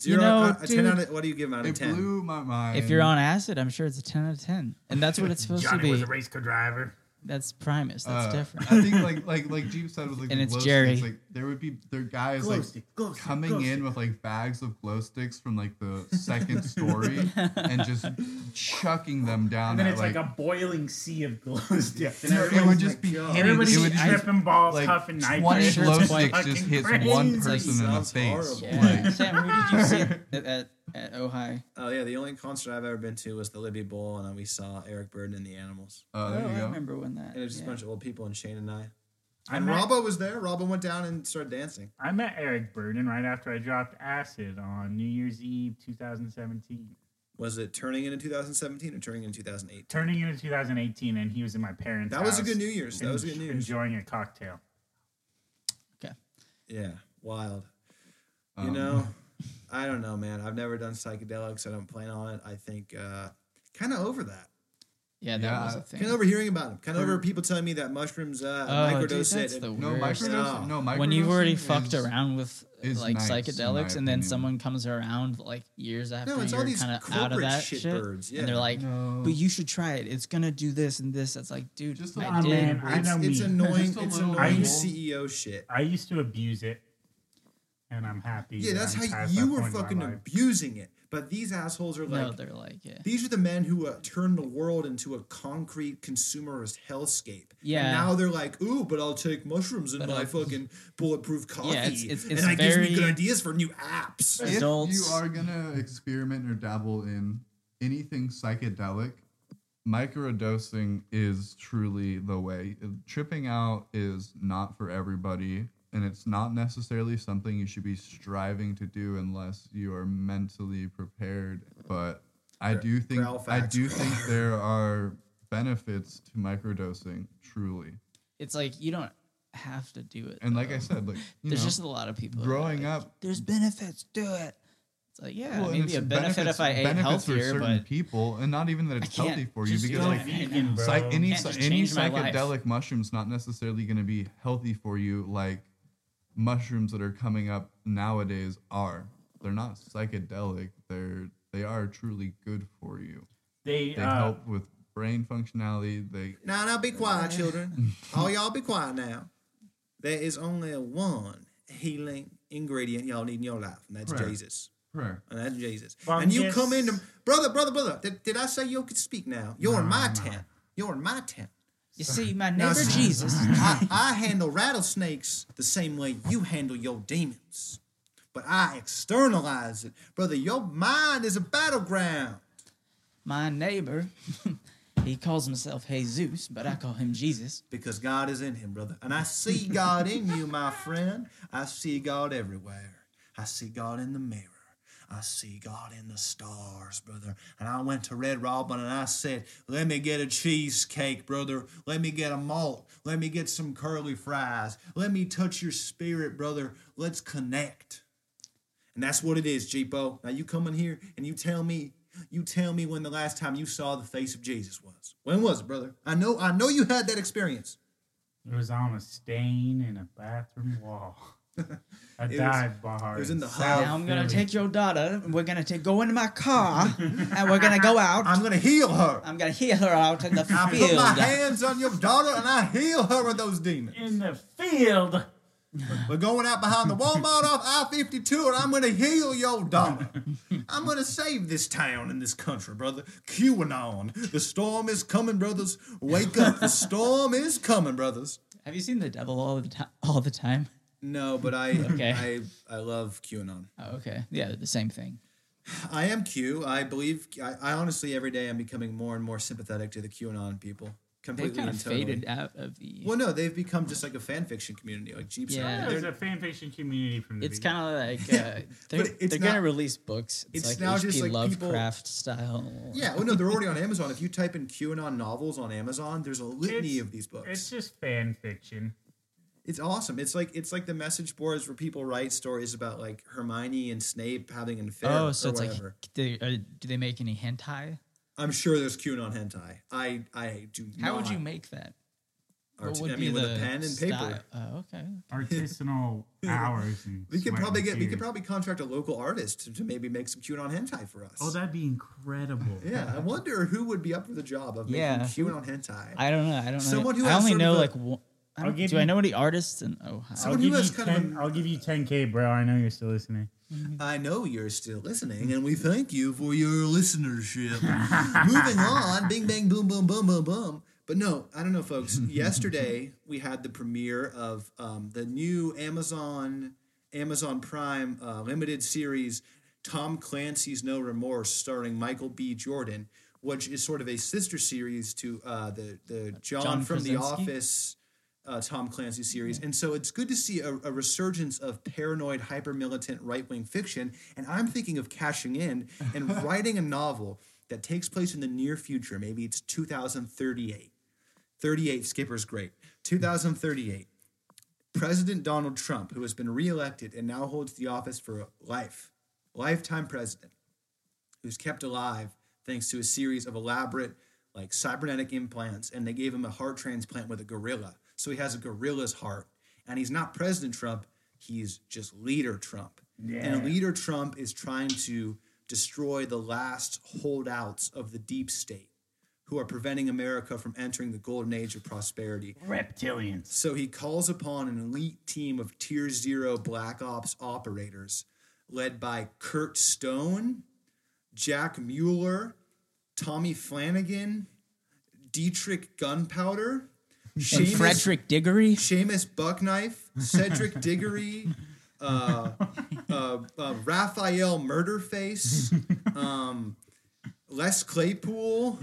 S6: You
S5: Zero,
S6: know,
S5: uh, a 10
S6: dude,
S5: out of, what do you give him out of
S3: It
S5: 10?
S3: blew my mind.
S6: if you're on acid, I'm sure it's a ten out of ten, and that's what it's supposed to
S4: Johnny
S6: be.
S4: was a race car driver.
S6: That's Primus. That's
S3: Uh,
S6: different.
S3: I think like like like Jeep said with like
S6: And
S3: the
S6: it's
S3: glow
S6: Jerry.
S3: sticks, like there would be there guys like coming in with like bags of glow sticks from like the second story and just chucking them down
S4: And then
S3: at,
S4: it's like, a boiling sea of glow sticks. And
S3: it would just be
S5: God.
S3: hitting,
S4: everybody's
S3: it would just
S4: tripping balls,
S3: like
S4: huffing knife.
S3: 20
S6: sure
S3: glow
S6: it's
S3: sticks
S4: fucking
S3: just hits
S4: crazy.
S3: one person in the
S5: Sounds
S3: face.
S5: horrible.
S6: yeah. Sam, who did you see at, at, at Ojai?
S5: Oh, yeah. The only concert I've ever been to was the Libby Bowl, and then we saw Eric Burden and the Animals.
S3: Oh, there
S6: oh,
S3: you
S6: I
S3: go.
S6: remember when that.
S5: And it was just
S6: yeah.
S5: a bunch of old people, and Shane and I.
S4: I
S5: And
S4: met-
S5: Robbo was there. Robbo went down and started dancing.
S4: I met Eric Burden right after I dropped acid on New Year's Eve 2017.
S5: Was it turning into 2017 or turning into 2008?
S4: Turning into 2018, and he was in my parents'
S5: That was a
S4: house
S5: good New Year's. That was a good New Year's.
S4: Enjoying a cocktail.
S6: Okay.
S5: Yeah, wild. you
S3: Um,
S5: know, I don't know, man. I've never done psychedelics. I don't plan on it. I think uh, kind of over that.
S6: Yeah, that
S3: Yeah,
S6: was a
S3: I-
S6: thing.
S5: Kind of over hearing about them. Kind of
S3: For-
S5: over people telling me that mushrooms uh,
S6: oh, dude,
S5: microdose
S6: that's
S5: it.
S6: the
S3: No
S6: worst.
S3: microdosing. No microdosing.
S6: when you've already
S3: is-
S6: fucked around with
S3: is
S6: like
S3: nice, in my
S6: psychedelics, and then
S3: opinion.
S6: someone comes around like years after
S5: it's all
S6: you're
S5: these
S6: kind of out of
S5: corporate
S6: that
S5: shit
S6: shit,
S5: birds, yeah.
S6: and they're like,
S3: No.
S6: "But you should try it. It's gonna do this and this." That's like, dude,
S3: Just
S6: I
S3: allow
S6: did.
S4: Oh, man, I
S5: it's
S4: know
S5: it's
S4: me.
S5: annoying.
S3: Just a
S5: It's
S3: little
S5: annoying
S4: bit.
S5: CEO shit.
S4: I used to abuse it, and I'm happy.
S5: Yeah,
S4: that
S5: that's
S4: I'm
S5: how
S4: past
S5: you
S4: that
S5: were
S4: point in my
S5: fucking
S4: life.
S5: abusing it. But these assholes are like,
S6: no, they're like, yeah.
S5: These are the men who uh, turned the world into a concrete consumerist hellscape. And
S6: Yeah.
S5: now they're like, ooh, but I'll take mushrooms in
S6: But
S5: my
S6: I'll-
S5: fucking bulletproof coffee.
S6: it's- it's- it's
S5: and that gives me good
S6: very-
S5: ideas for new apps.
S3: if you
S6: adults.
S3: are gonna experiment or dabble in anything psychedelic, microdosing is truly the way. Tripping out is not for everybody, and it's not necessarily something you should be striving to do unless you are mentally prepared. But I do think
S5: Growl
S3: I
S5: facts.
S3: do think there are benefits to microdosing, truly.
S6: It's like you don't have to do it.
S3: And like
S6: though.
S3: I said, like you
S6: there's
S3: know,
S6: just a lot of people that are
S3: growing
S6: like,
S3: up.
S6: There's benefits. Do it. It's like, yeah,
S3: Well, and
S6: maybe
S3: it's
S6: a benefit
S3: benefits-
S6: if I ate
S3: benefits for
S6: healthier,
S3: certain
S6: but
S3: people, and not even that it's
S6: can't
S3: healthy for you
S6: just
S3: because
S6: go
S3: like
S6: vegan,
S4: vegan, bro.
S3: psych- any
S6: Can't
S3: psy-
S6: just
S3: any
S6: change my life.
S3: psychedelic mushroom's not necessarily going to be healthy for you like mushrooms that are coming up nowadays are. They're not psychedelic. They're they are truly good for you.
S4: they
S3: They
S4: uh,
S3: help with brain functionality. They
S5: Now, now be quiet, children. All y'all be quiet now. There is only one healing ingredient y'all need in your life, and that's
S3: Prayer.
S5: Jesus.
S3: prayer.
S5: And that's Jesus.
S4: Fungus.
S5: And you come into brother, brother, brother. Did, did I say you could speak now? You're in my town. You're in my town.
S6: you see, my
S5: Now,
S6: neighbor
S5: s-
S6: Jesus.
S5: I, I handle rattlesnakes the same way you handle your demons, but I externalize it, brother. Your mind is a battleground.
S6: my neighbor, he calls himself Jesus, but I call him Jesus.
S5: because God is in him, brother. And I see God in you, my friend. I see God everywhere. I see God in the mirror. I see God in the stars, brother. And I went to Red Robin and I said, Let me get a cheesecake, brother. Let me get a malt. Let me get some curly fries. Let me touch your spirit, brother. Let's connect. And that's what it is, Jeepo. Now you come in here and you tell me You tell me when the last time you saw the face of Jesus was. When was it, brother? I know, I know you had that experience.
S4: It was on a stain in a bathroom wall. A
S5: was-
S4: dive bar.
S5: it was in the
S4: South
S6: Now I'm gonna
S4: Philly.
S6: take your daughter, and we're gonna take go into my car, and we're gonna go out.
S5: I'm
S6: I'm,
S5: gonna heal her.
S6: gonna hear her out in the
S5: I put my
S6: field.
S5: hands on your daughter and I heal her of those demons.
S4: in the field.
S5: We're going out behind the Walmart off I 52 and I'm gonna heal your daughter. I'm gonna save this town and this country, brother. QAnon. The storm is coming, brothers. Wake up. The storm is coming, brothers.
S6: Have you seen the devil all the time? All the time.
S5: No, but I
S6: Okay.
S5: I I love QAnon.
S6: Oh, okay. Yeah, they're the same thing.
S5: I am Q. I believe I, I honestly every day I'm becoming more and more sympathetic to the QAnon people.
S6: They
S5: Completely
S6: kind of
S5: and totally.
S6: faded out of the.
S5: Well, no, they've become just like a fan fiction community, like Jeep.
S6: Yeah.
S5: Science.
S4: It was
S5: They're-
S4: a fan fiction community from the
S6: It's kind of like uh, they're,
S5: it's
S6: they're gonna
S5: not-
S6: release books. It's,
S5: it's
S6: like
S5: now
S6: HP
S5: just like people-
S6: Lovecraft style.
S5: Yeah, well, no, they're already on Amazon. If you type in QAnon novels on Amazon, there's a litany
S4: It's-
S5: of these books.
S4: It's
S5: It's,
S4: just fan fiction.
S5: awesome. It's like it's like the message boards where people write stories about like Hermione and Snape having an affair
S6: Oh, so
S5: or
S6: it's like,
S5: whatever.
S6: they, uh, do they make any hentai?
S5: I'm sure there's QAnon hentai. I I do
S6: How
S5: not.
S6: would you make that?
S5: art-
S6: What would
S5: I
S6: be
S5: mean, with a
S6: the
S5: pen and paper.
S6: style? Oh, okay.
S4: Artisanal hours. And
S5: We could
S4: sweat
S5: probably
S4: and
S5: get we could
S4: tears.
S5: probably contract a local artist to, to maybe make some QAnon hentai for us.
S4: Oh, that'd be incredible.
S5: yeah, I wonder who would be up for the job of making
S6: Yeah.
S5: QAnon hentai.
S6: I don't know. I don't know.
S5: Someone who
S6: I
S5: has
S6: only
S5: sort of
S6: know
S5: a-
S6: like. One, I
S4: I'll
S6: don't,
S4: give
S6: do I
S4: you-
S6: know any artists in Ohio?
S4: I'll
S5: Someone who
S4: give, you
S5: has kind of a-
S4: 10, I'll give you 10K, bro. I know you're still listening.
S6: Mm-hmm.
S5: I know you're still listening, and we thank you for your listenership. Moving on, bing bang boom boom boom boom boom. But no, I don't know, folks. Yesterday we had the premiere of um, the new Amazon Amazon Prime uh, limited series Tom Clancy's No Remorse, starring Michael B. Jordan, which is sort of a sister series to uh, the the John,
S6: John
S5: from The
S6: Krasinski?
S5: Office uh, Tom Clancy series. And so it's good to see a, a resurgence of paranoid, hyper militant right wing fiction. And I'm thinking of cashing in and writing a novel that takes place in the near future. Maybe it's 2038. 38, Skipper's great. 2038. President Donald Trump, who has been reelected and now holds the office for life, lifetime president, who's kept alive thanks to a series of elaborate, like cybernetic implants, and they gave him a heart transplant with a gorilla. So he has a gorilla's heart, and he's not President Trump. He's just leader Trump, and leader Trump is trying to destroy the last holdouts of the deep state, who are preventing America from entering the golden age of prosperity.
S4: Reptilians.
S5: So he calls upon an elite team of Tier Zero Black Ops operators led by Kurt Stone, Jack Mueller, Tommy Flanagan, Dietrich Gunpowder,
S6: And
S5: Seamus,
S6: Frederick Diggory.
S5: Seamus Buckknife, Cedric Diggory, uh, uh, uh, Raphael Murderface, um, Les Claypool,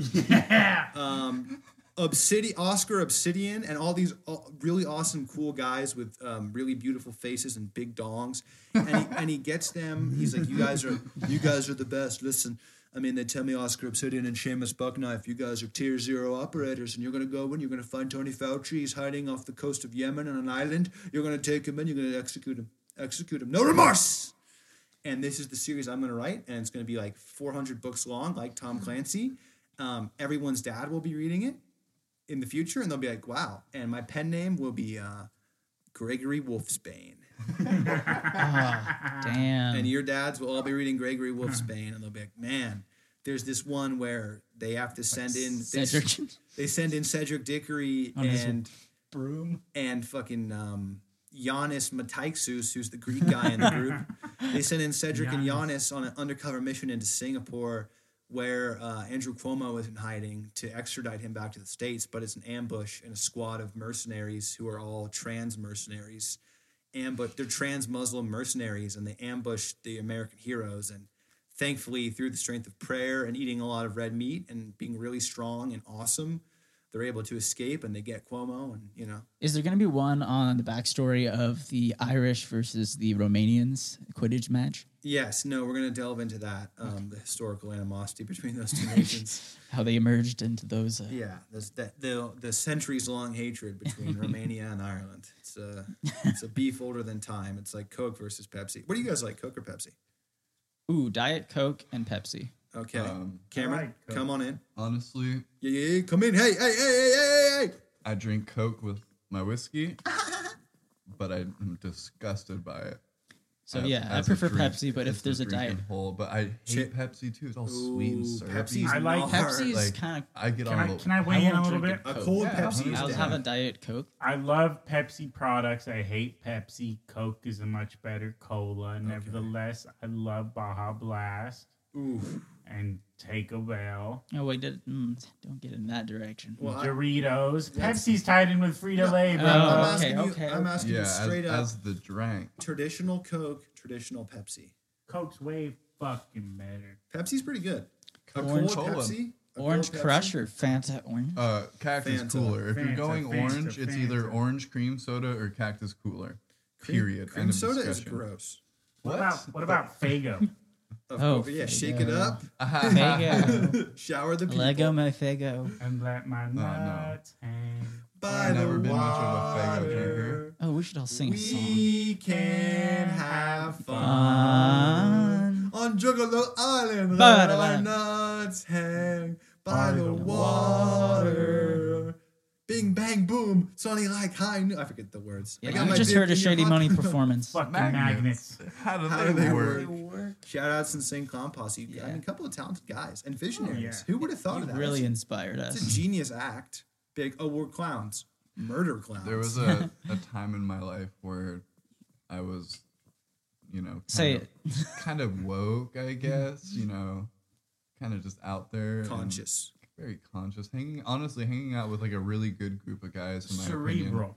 S5: um, Obsidian, Oscar Obsidian, and all these all, really awesome, cool guys with um, really beautiful faces and big dongs. And he, and he gets them. He's like, "You guys are, you guys are the best. Listen." I mean, they tell me Oscar Obsidian and Seamus Buckknife, you guys are tier zero operators, and you're going to go in, you're going to find Tony Fauci. He's hiding off the coast of Yemen on an island. You're going to take him in, you're going to execute him. Execute him. No remorse! and this is the series I'm going to write, and it's going to be like 400 books long, like Tom Clancy. Um, everyone's dad will be reading it in the future, and they'll be like, "Wow!" And my pen name will be uh, Gregory Wolfsbane,
S6: Damn.
S5: and your dads will all be reading Gregory Wolfsbane, and they'll be like, "Man." There's this one where they have to send in they,
S6: Cedric.
S5: they send in Cedric Dickory
S6: On his
S5: and
S6: Broom.
S5: and fucking um, Giannis Metaixus, who's the Greek guy in the group. They sent in Cedric and Giannis on an undercover mission into Singapore, where uh, Andrew Cuomo is in hiding to extradite him back to the states. But it's an ambush and a squad of mercenaries who are all trans mercenaries. Ambush. They're trans Muslim mercenaries, and they ambush the American heroes. And thankfully, through the strength of prayer and eating a lot of red meat and being really strong and awesome, they're able to escape and they get Cuomo. And you know,
S6: Is there going to be one on the backstory of the Irish versus the Romanians Quidditch match?
S5: Yes, no, we're going to delve into that, um, the historical animosity between those two nations.
S6: How they emerged into those? Uh,
S5: yeah, this, that, the the centuries long hatred between Romania and Ireland. It's a it's a beef older than time. It's like Coke versus Pepsi. What do you guys like, Coke or Pepsi?
S6: Ooh, Diet Coke and Pepsi.
S5: Okay.
S3: Um,
S5: Cameron,
S4: I like
S5: come on in.
S3: honestly,
S5: Yeah, yeah, yeah, come in. Hey, hey, hey, hey, hey, hey, hey.
S3: I drink Coke with my whiskey, but I'm disgusted by it.
S6: So
S3: as-
S6: yeah, I
S3: as a
S6: prefer
S3: drink-
S6: Pepsi, but
S3: as
S6: if there's a
S3: drinking
S6: diet,
S3: hole, but I hate
S5: Chip-
S3: Pepsi too. It's all
S5: Ooh,
S3: sweet and syrupy.
S5: Pepsi's
S4: I like
S5: gnarly.
S6: Pepsi is
S3: Like,
S6: kind of.
S3: I get
S4: Can
S3: on.
S4: I,
S3: the-
S4: can I
S6: I
S4: weigh in
S6: won't
S4: a little
S6: drink
S4: bit?
S6: it.
S5: A
S6: Coke.
S5: cold
S3: Yeah,
S5: Pepsi
S3: I
S6: I'll
S5: is
S3: was
S6: have a
S5: down.
S6: diet Coke.
S4: I love Pepsi products. I hate Pepsi. Coke is a much better cola. Nevertheless, I love Baja Blast
S5: Oof.
S4: and Taco Bell.
S6: Oh wait, did, mm, don't get in that direction.
S5: Well, I,
S4: Doritos.
S5: That's- Uh.
S4: Pepsi's tied in with Frito Lay,
S6: No,
S4: bro.
S6: Oh,
S5: I'm
S6: okay,
S5: asking you.
S6: okay,
S5: I'm
S6: okay.
S5: asking
S3: yeah,
S5: you
S3: as,
S5: straight up.
S3: as the drink.
S5: traditional Coke, traditional Pepsi.
S4: Coke's way fucking better.
S5: Pepsi's pretty good. A
S6: Orange-
S5: cold
S3: Cola.
S5: Pepsi. a
S6: Orange
S5: cold Pepsi.
S6: Crush or Fanta Orange?
S3: Uh, cactus
S5: Fanta.
S3: cooler. If
S4: Fanta,
S3: you're going
S4: Fanta,
S3: orange, it's either
S4: Fanta.
S3: orange cream soda or cactus cooler.
S5: Cream-
S3: Period.
S5: Cream
S3: End of
S5: soda is
S3: discussion.
S5: gross.
S4: What,
S3: What?
S4: about what about Fago?
S5: Of
S6: Oh,
S5: course. yeah, shake it
S6: yeah.
S5: up.
S6: Faygo.
S5: Shower the people.
S6: Lego my Faygo.
S4: and let my
S3: no.
S4: nuts hang.
S5: By
S3: I've
S5: the
S3: never been much of a Faygo
S5: water.
S3: drinker.
S6: Oh, we should all sing a song.
S5: We can have fun
S6: Fun.
S5: on Juggalo Island.
S6: By
S5: Let
S6: the
S5: our
S6: land.
S5: nuts hang by the water. Bing bang boom, Sonny like high. noon. I forget the words. I
S6: Yeah,
S5: got
S6: you
S5: my
S6: just
S5: dick
S6: heard a
S5: in your
S6: Shady
S5: pocket.
S6: Money performance.
S4: Fucking
S3: Magnets.
S4: magnets.
S3: How do
S5: How
S3: they,
S5: do they
S3: work?
S5: work? Shout outs and Sing Clown Posse. I
S6: Yeah.
S5: mean, a couple of talented guys and visionaries.
S4: yeah.
S5: Who would have thought
S6: You
S5: of that?
S6: really
S5: That's-
S6: inspired
S5: It's
S6: us.
S5: a genius act. Big, oh, we're clowns. Murder clowns.
S3: There was a, a time in my life where I was, you know, kind
S6: Say
S3: of,
S6: it.
S3: kind of woke, I guess, you know, kind of just out there. and
S5: conscious.
S3: Very conscious. Hanging, honestly, hanging out with like a really good group of guys, in my opinion.
S4: Cerebral.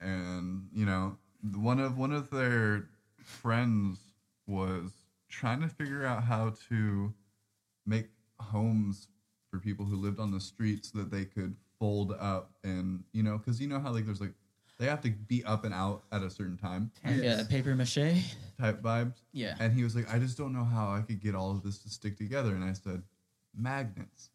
S3: and you know one of one of their friends was trying to figure out how to make homes for people who lived on the streets that they could fold up and you know because you know how like there's like they have to be up and out at a certain time
S6: Yeah, the paper mache.
S3: type vibes
S6: Yeah.
S3: and he was like i just don't know how i could get all of this to stick together and i said magnets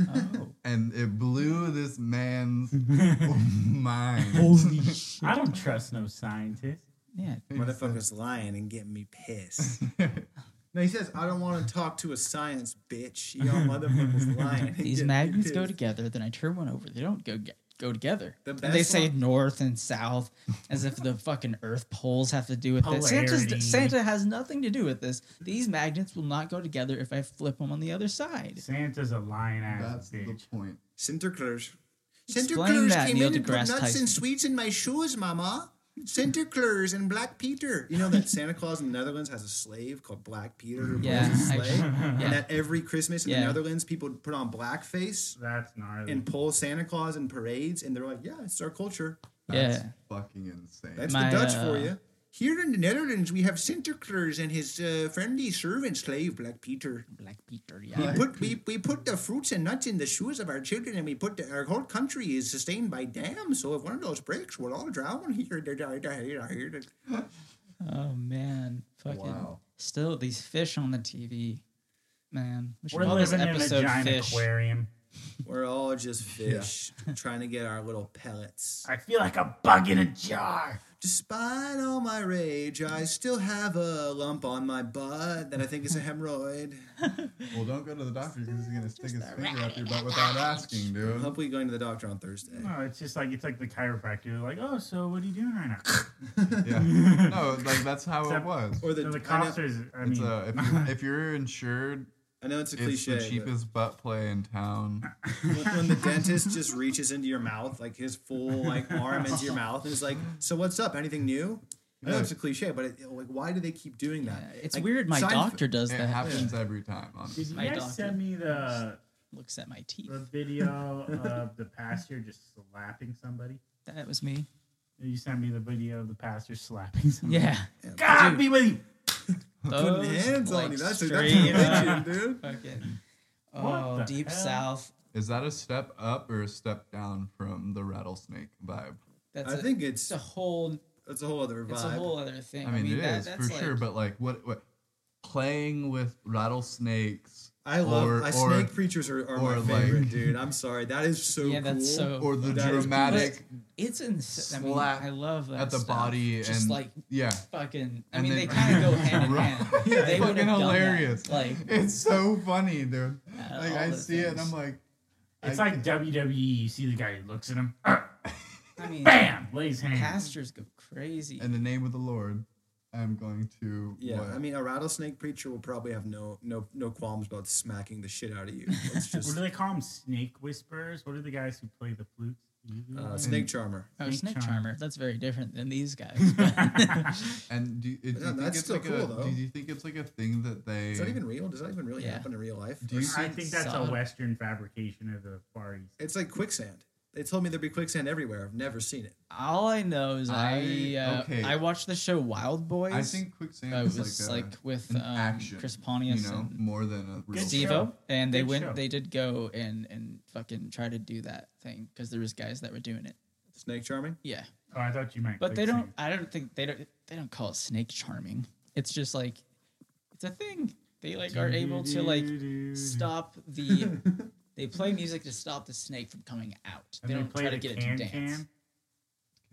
S6: Oh.
S3: and it blew this man's Oh mind
S4: I don't trust no scientist.
S6: Yeah.
S5: Motherfucker's lying and getting me pissed. no, he says, I don't want to talk to a science bitch. Y'all motherfuckers lying. and
S6: These
S5: getting me
S6: magnets go
S5: pissed.
S6: together, then I turn one over. They don't go get, go together.
S5: The
S6: And
S5: best
S6: they say
S5: one-
S6: north and south as if the fucking earth poles have to do with it. Santa's,
S4: Polarity.
S6: Santa has nothing to do with this. These magnets will not go together if I flip them on the other side.
S4: Santa's a lying ass
S3: that's the
S4: bitch.
S3: point
S5: Sinterklaas.
S6: Explain that, Neil deGrasse Tyson.
S5: sweets in my shoes, Mama. Sinterklaas and Black Peter. You know that Santa Claus in the Netherlands has a slave called Black Peter who
S6: Yeah,
S5: pulls a
S6: I-
S5: sleigh,
S6: yeah.
S5: and that every Christmas in the
S6: Yeah.
S5: Netherlands people put on blackface
S4: That's gnarly.
S5: and pull Santa Claus in parades, and they're like, "Yeah, it's our culture.
S3: That's
S6: Yeah.
S3: fucking insane.
S5: That's
S6: My,
S5: the Dutch for
S6: uh,
S5: you." Here in the Netherlands, we have Sinterklaas and his uh, friendly servant slave, Black Peter.
S6: Black Peter, yeah.
S5: We put we, we put the fruits and nuts in the shoes of our children, and we put the, our whole country is sustained by dams. So if one of those breaks, we'll all drown here. da- da- da- da- da- da.
S6: Oh man, fucking
S3: Wow.
S6: still these fish on the TV, man. We should
S4: We're
S6: call this
S4: living in a
S6: episode
S4: giant
S6: fish.
S4: aquarium.
S5: We're all just fish trying to get our little pellets.
S4: I feel like a bug in a jar.
S5: Despite all my rage, I still have a lump on my butt that I think is a hemorrhoid.
S3: well, don't go to the doctor because he's gonna stick his finger up your butt without asking, dude.
S5: Hopefully, going to the doctor on Thursday.
S4: No, it's just like it's like the chiropractor. They're like, oh, so what are you doing right now?
S3: Yeah, no, like that's how it
S4: Except-
S3: was.
S5: Or the,
S4: So the
S5: I, know,
S4: cops are, I
S3: It's
S4: mean,
S3: uh if you're, if you're insured,
S5: I know it's a
S3: it's
S5: cliche.
S3: the
S5: but-
S3: cheapest butt play in town.
S5: when, when the dentist just reaches into your mouth, like his full like arm into your mouth, and is like, "So what's up? Anything new?" I know it's a cliche, but it, like, why do they keep doing
S6: Yeah,
S5: that?
S6: it's
S5: Like,
S6: weird. My
S5: Seinfeld-
S6: doctor does
S3: It
S6: that.
S3: happens every time. Honestly.
S4: did you
S6: my
S4: guys
S6: doctor.
S4: send me the
S6: Looks at my teeth.
S4: the video of the pastor just slapping somebody?
S6: That was me.
S4: You sent me the video of the pastor slapping
S3: Mm.
S4: somebody.
S6: Yeah.
S4: God
S6: Dude.
S4: be with you.
S5: Putting
S6: Those,
S5: hands
S6: like,
S5: on you. That's that's
S6: straight
S5: religion,
S6: up.
S5: dude.
S6: Fucking.
S4: What
S6: Oh,
S4: the
S6: deep
S4: hell?
S6: south.
S3: Is that a step up or a step down from the rattlesnake vibe?
S6: That's
S5: I
S6: a-
S5: think
S6: it's
S5: it's
S6: a whole.
S5: it's a whole other vibe.
S6: It's a whole other thing.
S3: I mean, it is
S6: that, that's
S3: for
S6: like,
S3: sure, but like what what playing with rattlesnakes
S5: I love
S3: Or-
S5: I,
S3: or-
S5: snake preachers are, are my
S3: or, like-
S5: favorite, dude. I'm sorry, that is so
S6: yeah,
S5: cool.
S6: that's so.
S3: or the
S5: That is-
S3: dramatic
S6: it's insane. I mean,
S3: slap
S6: I love that
S3: at the
S6: stuff.
S3: body
S6: Just
S3: and
S6: like
S3: yeah,
S6: fucking. I
S3: And
S6: mean,
S3: then-
S6: they kind of go hand in hand.
S3: Yeah,
S6: they would
S3: fucking
S6: have done
S3: hilarious.
S6: That. Like
S3: it's so funny, dude.
S6: Yeah,
S3: Like
S6: all
S3: I
S6: the
S3: see it and I'm
S6: things.
S3: like,
S4: It's
S3: I-
S4: like WWE. You see the guy who looks at him, uh,
S6: I mean,
S4: bam, lays hands.
S6: pastors go crazy.
S3: in the name of the Lord, I'm going to
S5: Yeah,
S3: what?
S5: I mean, a rattlesnake preacher will probably have no no no qualms about smacking the shit out of you. It's
S4: What
S5: just
S4: do they call them? Snake whisperers. What are the guys who play the flutes?
S5: uh, snake charmer.
S6: Oh,
S4: Snake
S6: snake
S4: charmer.
S6: charmer. That's very different than these guys. but-
S3: and do, it, do
S5: Yeah,
S3: you think
S5: that's
S3: it's
S5: still
S3: like
S5: cool,
S3: a,
S5: though.
S3: do you think it's like a thing that they
S5: Is that even real? Does that even really
S6: Yeah.
S5: happen in real life?
S3: Do you see-
S4: I think that's a
S6: Solid.
S4: Western fabrication of the Far East.
S5: It's like quicksand. They told me there'd be quicksand everywhere. I've never seen it.
S6: All I know is I
S3: I-
S6: I, uh,
S3: okay.
S6: I watched the show Wild Boys.
S3: I think quicksand
S6: uh, it
S3: is
S6: was
S3: like,
S6: like,
S3: a,
S6: with
S3: an
S6: um,
S3: action,
S6: Chris
S3: you
S6: Pontius
S3: know,
S6: and
S3: more than a real
S4: Good
S3: thing.
S4: Steve-
S6: Stevo,
S4: show.
S6: and they
S4: Good
S6: went.
S4: show.
S6: They did go and and fucking try to do that thing because there was guys that were doing it.
S5: Snake charming.
S6: Yeah,
S4: Oh, I thought you meant.
S6: but they don't.
S4: quicksand.
S6: I don't think they don't. They don't call it snake charming. It's just like it's a thing. They like are able to like stop the. They play music to stop the snake from coming out.
S4: And
S6: They don't
S4: play
S6: try to
S4: the
S6: get it to
S4: can
S6: dance.
S4: can.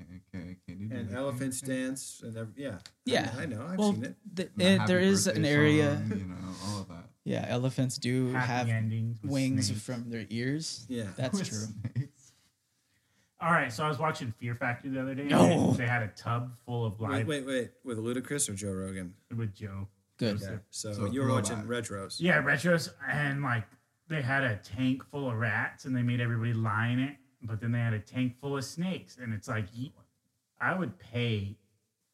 S3: Okay, okay, okay, do
S5: And
S3: that.
S5: elephants dance and every, yeah.
S6: Yeah.
S5: I, know. I've
S6: well,
S5: seen it.
S6: th-
S3: And the
S6: it-
S3: happy
S6: there is an
S3: birthday
S6: area.
S3: song, you know, all of that.
S6: Yeah, elephants do
S4: Happy
S6: have
S4: endings with
S6: wings
S4: snakes.
S6: from their ears.
S5: Yeah.
S6: That's
S3: With
S6: true.
S3: snakes.
S4: All right, so I was watching Fear Factor the other day.
S6: No.
S4: and they had a tub full of
S5: Wait,
S4: live
S5: wait, wait. With Ludacris or Joe Rogan?
S4: with Joe.
S6: Good.
S5: Yeah. So,
S3: So
S5: you were
S3: robot.
S5: watching retros.
S4: Yeah, retros and like they had a tank full of rats and they made everybody lie in it, but then they had a tank full of snakes and it's like ye- I would pay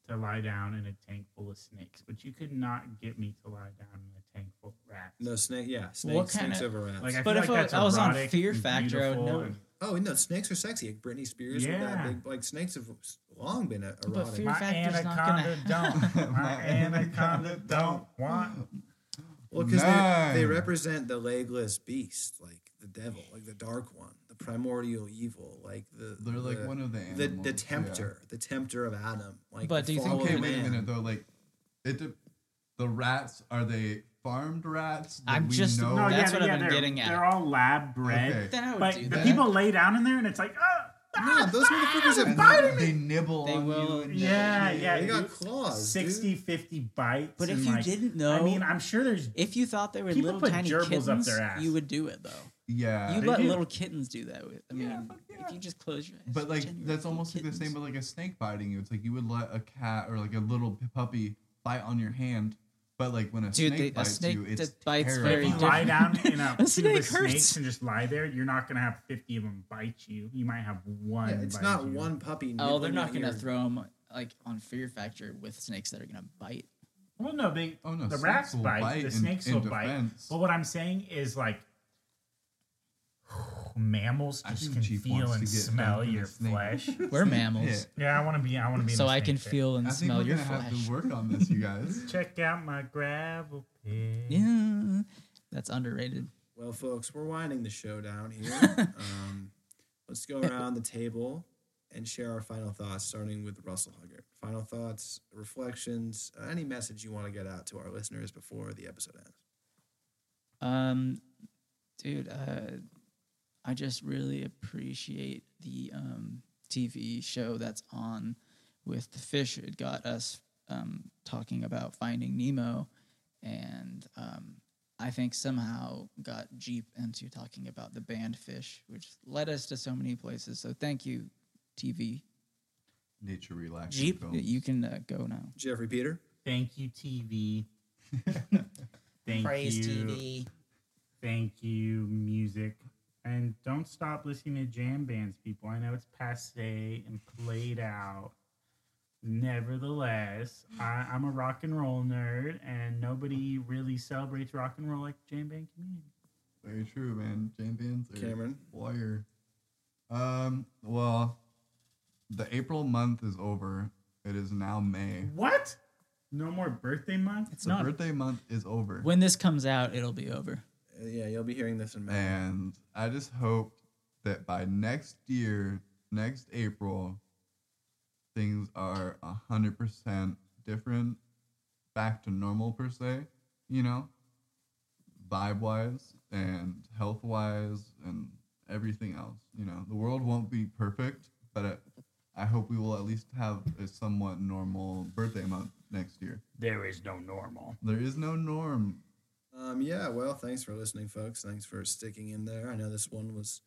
S4: to lie down in a tank full of snakes, but you could not get me to lie down in a tank full of rats.
S5: No snake. Yeah. Snake,
S6: What
S5: snakes
S6: kinda-
S5: over rats.
S4: Like I
S6: But
S4: feel
S6: if
S4: like
S6: I-
S4: that's
S6: I was on
S4: erotic
S6: Fear
S4: and
S6: Factor, I would
S4: beautiful
S6: know.
S4: and-
S5: oh no, snakes are sexy. Like Britney Spears. with that
S4: Yeah.
S5: big, like snakes have long been a-
S6: But
S5: erotic.
S6: Fear
S4: My
S6: Factor's not
S4: anaconda don't. My
S3: My
S4: anaconda don't want.
S5: Well, because they, they
S3: Nine.
S5: represent the legless beast, like the devil, like the dark one, the primordial evil, like the
S3: They're like
S5: the-
S3: one of the
S5: the,
S3: animals.
S5: the
S3: yeah.
S5: tempter, the tempter of Adam. Like,
S6: But
S5: the
S6: do you think-
S5: fall of
S3: Okay, wait a
S5: Oh, man.
S3: minute though. Like, it de- the rats are they farmed rats? that
S6: I'm
S3: we
S6: just-
S3: know?
S6: No, Oh, That's
S4: yeah,
S6: what I've
S4: yeah,
S6: been
S4: they're-
S6: getting at.
S4: They're all lab bred.
S3: Okay.
S6: Then I would
S4: But
S6: do
S4: the
S6: that.
S4: people lay down in there and it's like, oh,
S5: No, those motherfuckers have
S3: And then
S5: biting.
S3: they nibble
S6: They
S3: on
S6: will-
S3: you. and-
S4: yeah, yeah.
S5: They got
S4: dude.
S5: claws.
S4: 60, 50 bites.
S6: But if
S4: and,
S6: you
S4: like-
S6: didn't know-
S4: I mean, I'm sure there's.
S6: If you thought they were
S4: People
S6: little
S4: put
S6: tiny
S4: gerbils up
S6: kittens,
S4: their ass.
S6: you would do it though.
S3: yeah.
S6: you let
S4: do.
S6: little kittens do that. With, I mean, if you just close your eyes.
S3: But like
S6: genuine
S3: that's
S6: little
S3: almost like the
S6: kittens.
S3: same with like a snake biting you. It's like you would let a cat or like a little p- puppy bite on your hand, but like when a
S6: Dude,
S3: snake
S6: they- a
S3: bites
S6: snake
S3: you, it's
S6: that bites
S3: terrible.
S4: If
S6: very
S4: you lie
S6: different.
S4: down in a,
S6: A
S4: snake
S6: snake
S4: of
S6: hurts.
S4: snakes and just lie there, you're not going to have 50 of them bite you. You might have one.
S5: Yeah, it's
S4: bite
S5: not
S4: you.
S5: one puppy.
S6: Oh, they're
S5: nibbling
S6: not
S5: at
S6: gonna
S5: your-
S6: throw them like on Fear Factor with snakes that are gonna bite.
S4: Well, no, they.
S3: Oh, no,
S4: the
S3: snakes
S4: rats
S3: will
S4: bite,
S3: bite
S4: The
S3: in-
S4: snakes
S3: in
S4: will
S3: defense.
S4: bite. But what I'm saying is like. Mammals
S3: I
S4: just
S3: think
S4: can
S3: Chief
S4: feel
S3: wants
S4: and
S3: to get
S4: smell
S3: back to the
S4: your
S3: snake.
S4: flesh.
S6: We're mammals,
S3: Yeah.
S4: Yeah, I want to be. I want to be. in
S6: so
S4: the
S6: I
S4: snake
S6: can
S4: pit.
S6: feel and
S3: I think
S6: smell
S3: we're
S6: your
S3: gonna
S6: flesh.
S3: have to work on this, you guys.
S4: Check out my gravel pit.
S6: Yeah, that's underrated.
S5: Well, folks, we're winding the show down here. um, let's go around the table and share our final thoughts, starting with Russell Huggard. Final thoughts, reflections, uh, any message you want to get out to our listeners before the episode ends.
S6: Um, dude, uh, I just really appreciate the um, TV show that's on with the fish. It got us um, talking about Finding Nemo, and um, I think somehow got Jeep into talking about the band Fish, which led us to so many places. So thank you, TV
S3: Nature relaxing.
S6: Jeep.
S3: films.
S6: You can uh, go now.
S5: Jeffrey Peter.
S4: Thank you, TV. Thank you. Thank you, music. And don't stop listening to jam bands, people. I know it's passe and played out. Nevertheless, I, I'm a rock and roll nerd, and nobody really celebrates rock and roll like the jam band community.
S3: Very true, man. Jam bands are
S5: Cameron.
S3: wire. Um, well, the April month is over. It is now May.
S4: What? No more birthday month?
S6: It's
S3: the
S6: not.
S3: birthday month is over.
S6: When this comes out, it'll be over.
S5: Uh, yeah, you'll be hearing this in May.
S3: And I just hope that by next year, next April, things are a hundred percent different, back to normal per se, you know. vibe wise and health wise and everything else. You know, the world won't be perfect, but it, I hope we will at least have a somewhat normal birthday month next year.
S4: There is no normal.
S3: There is no norm.
S5: Um, yeah, well, thanks for listening, folks. Thanks for sticking in there. I know this one was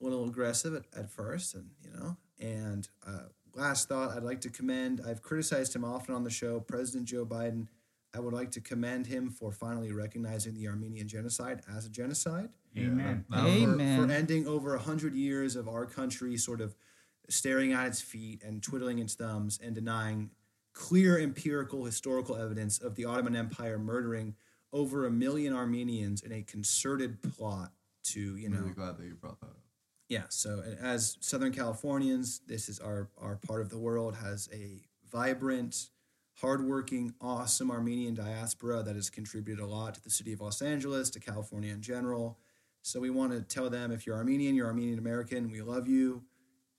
S5: a little aggressive at, at first, and you know. And uh, last thought, I'd like to commend. I've criticized him often on the show, President Joe Biden. I would like to commend him for finally recognizing the Armenian genocide as a genocide.
S4: Amen.
S3: Yeah, that- that was-
S5: for,
S6: Amen.
S5: for ending over a hundred years of our country sort of staring at its feet and twiddling its thumbs and denying clear empirical historical evidence of the Ottoman Empire murdering over a million Armenians in a concerted plot to you
S3: I'm really
S5: know
S3: glad that you brought that up.
S5: yeah so and as Southern Californians this is our our part of the world has a vibrant hardworking awesome Armenian diaspora that has contributed a lot to the city of Los Angeles to California in general so we want to tell them if you're Armenian, you're Armenian American, we love you.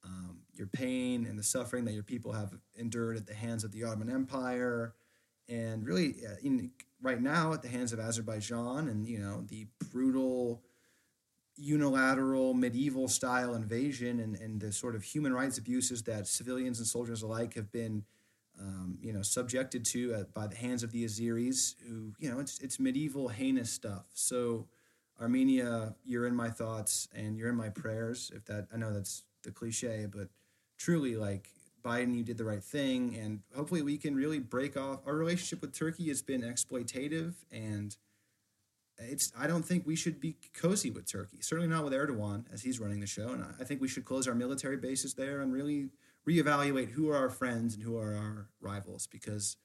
S5: Um, your pain and the suffering that your people have endured at the hands of the Ottoman Empire, and really uh, in, right now at the hands of Azerbaijan and you know the brutal, unilateral medieval style invasion and, and the sort of human rights abuses that civilians and soldiers alike have been um, you know, subjected to uh, by the hands of the Azeris, who, you know, it's, it's medieval heinous stuff. So, Armenia, you're in my thoughts and you're in my prayers. If that, I know that's the cliche, but truly, like, Biden, you did the right thing. And hopefully, we can really break off. Our relationship with Turkey has been exploitative and it's I don't think we should be cozy with Turkey. Certainly not with Erdogan as he's running the show. And I, I think we should close our military bases there and really reevaluate who are our friends and who are our rivals because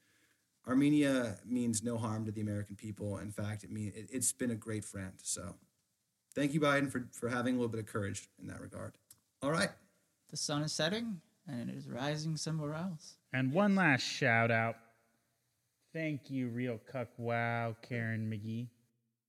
S5: Armenia means no harm to the American people. In fact, it mean it, it's been a great friend. So thank you, Biden, for, for having a little bit of courage in that regard. All right.
S6: The sun is setting and it is rising somewhere else.
S4: And one last shout out. Thank you, Real Cuck Wow, Karen McGee,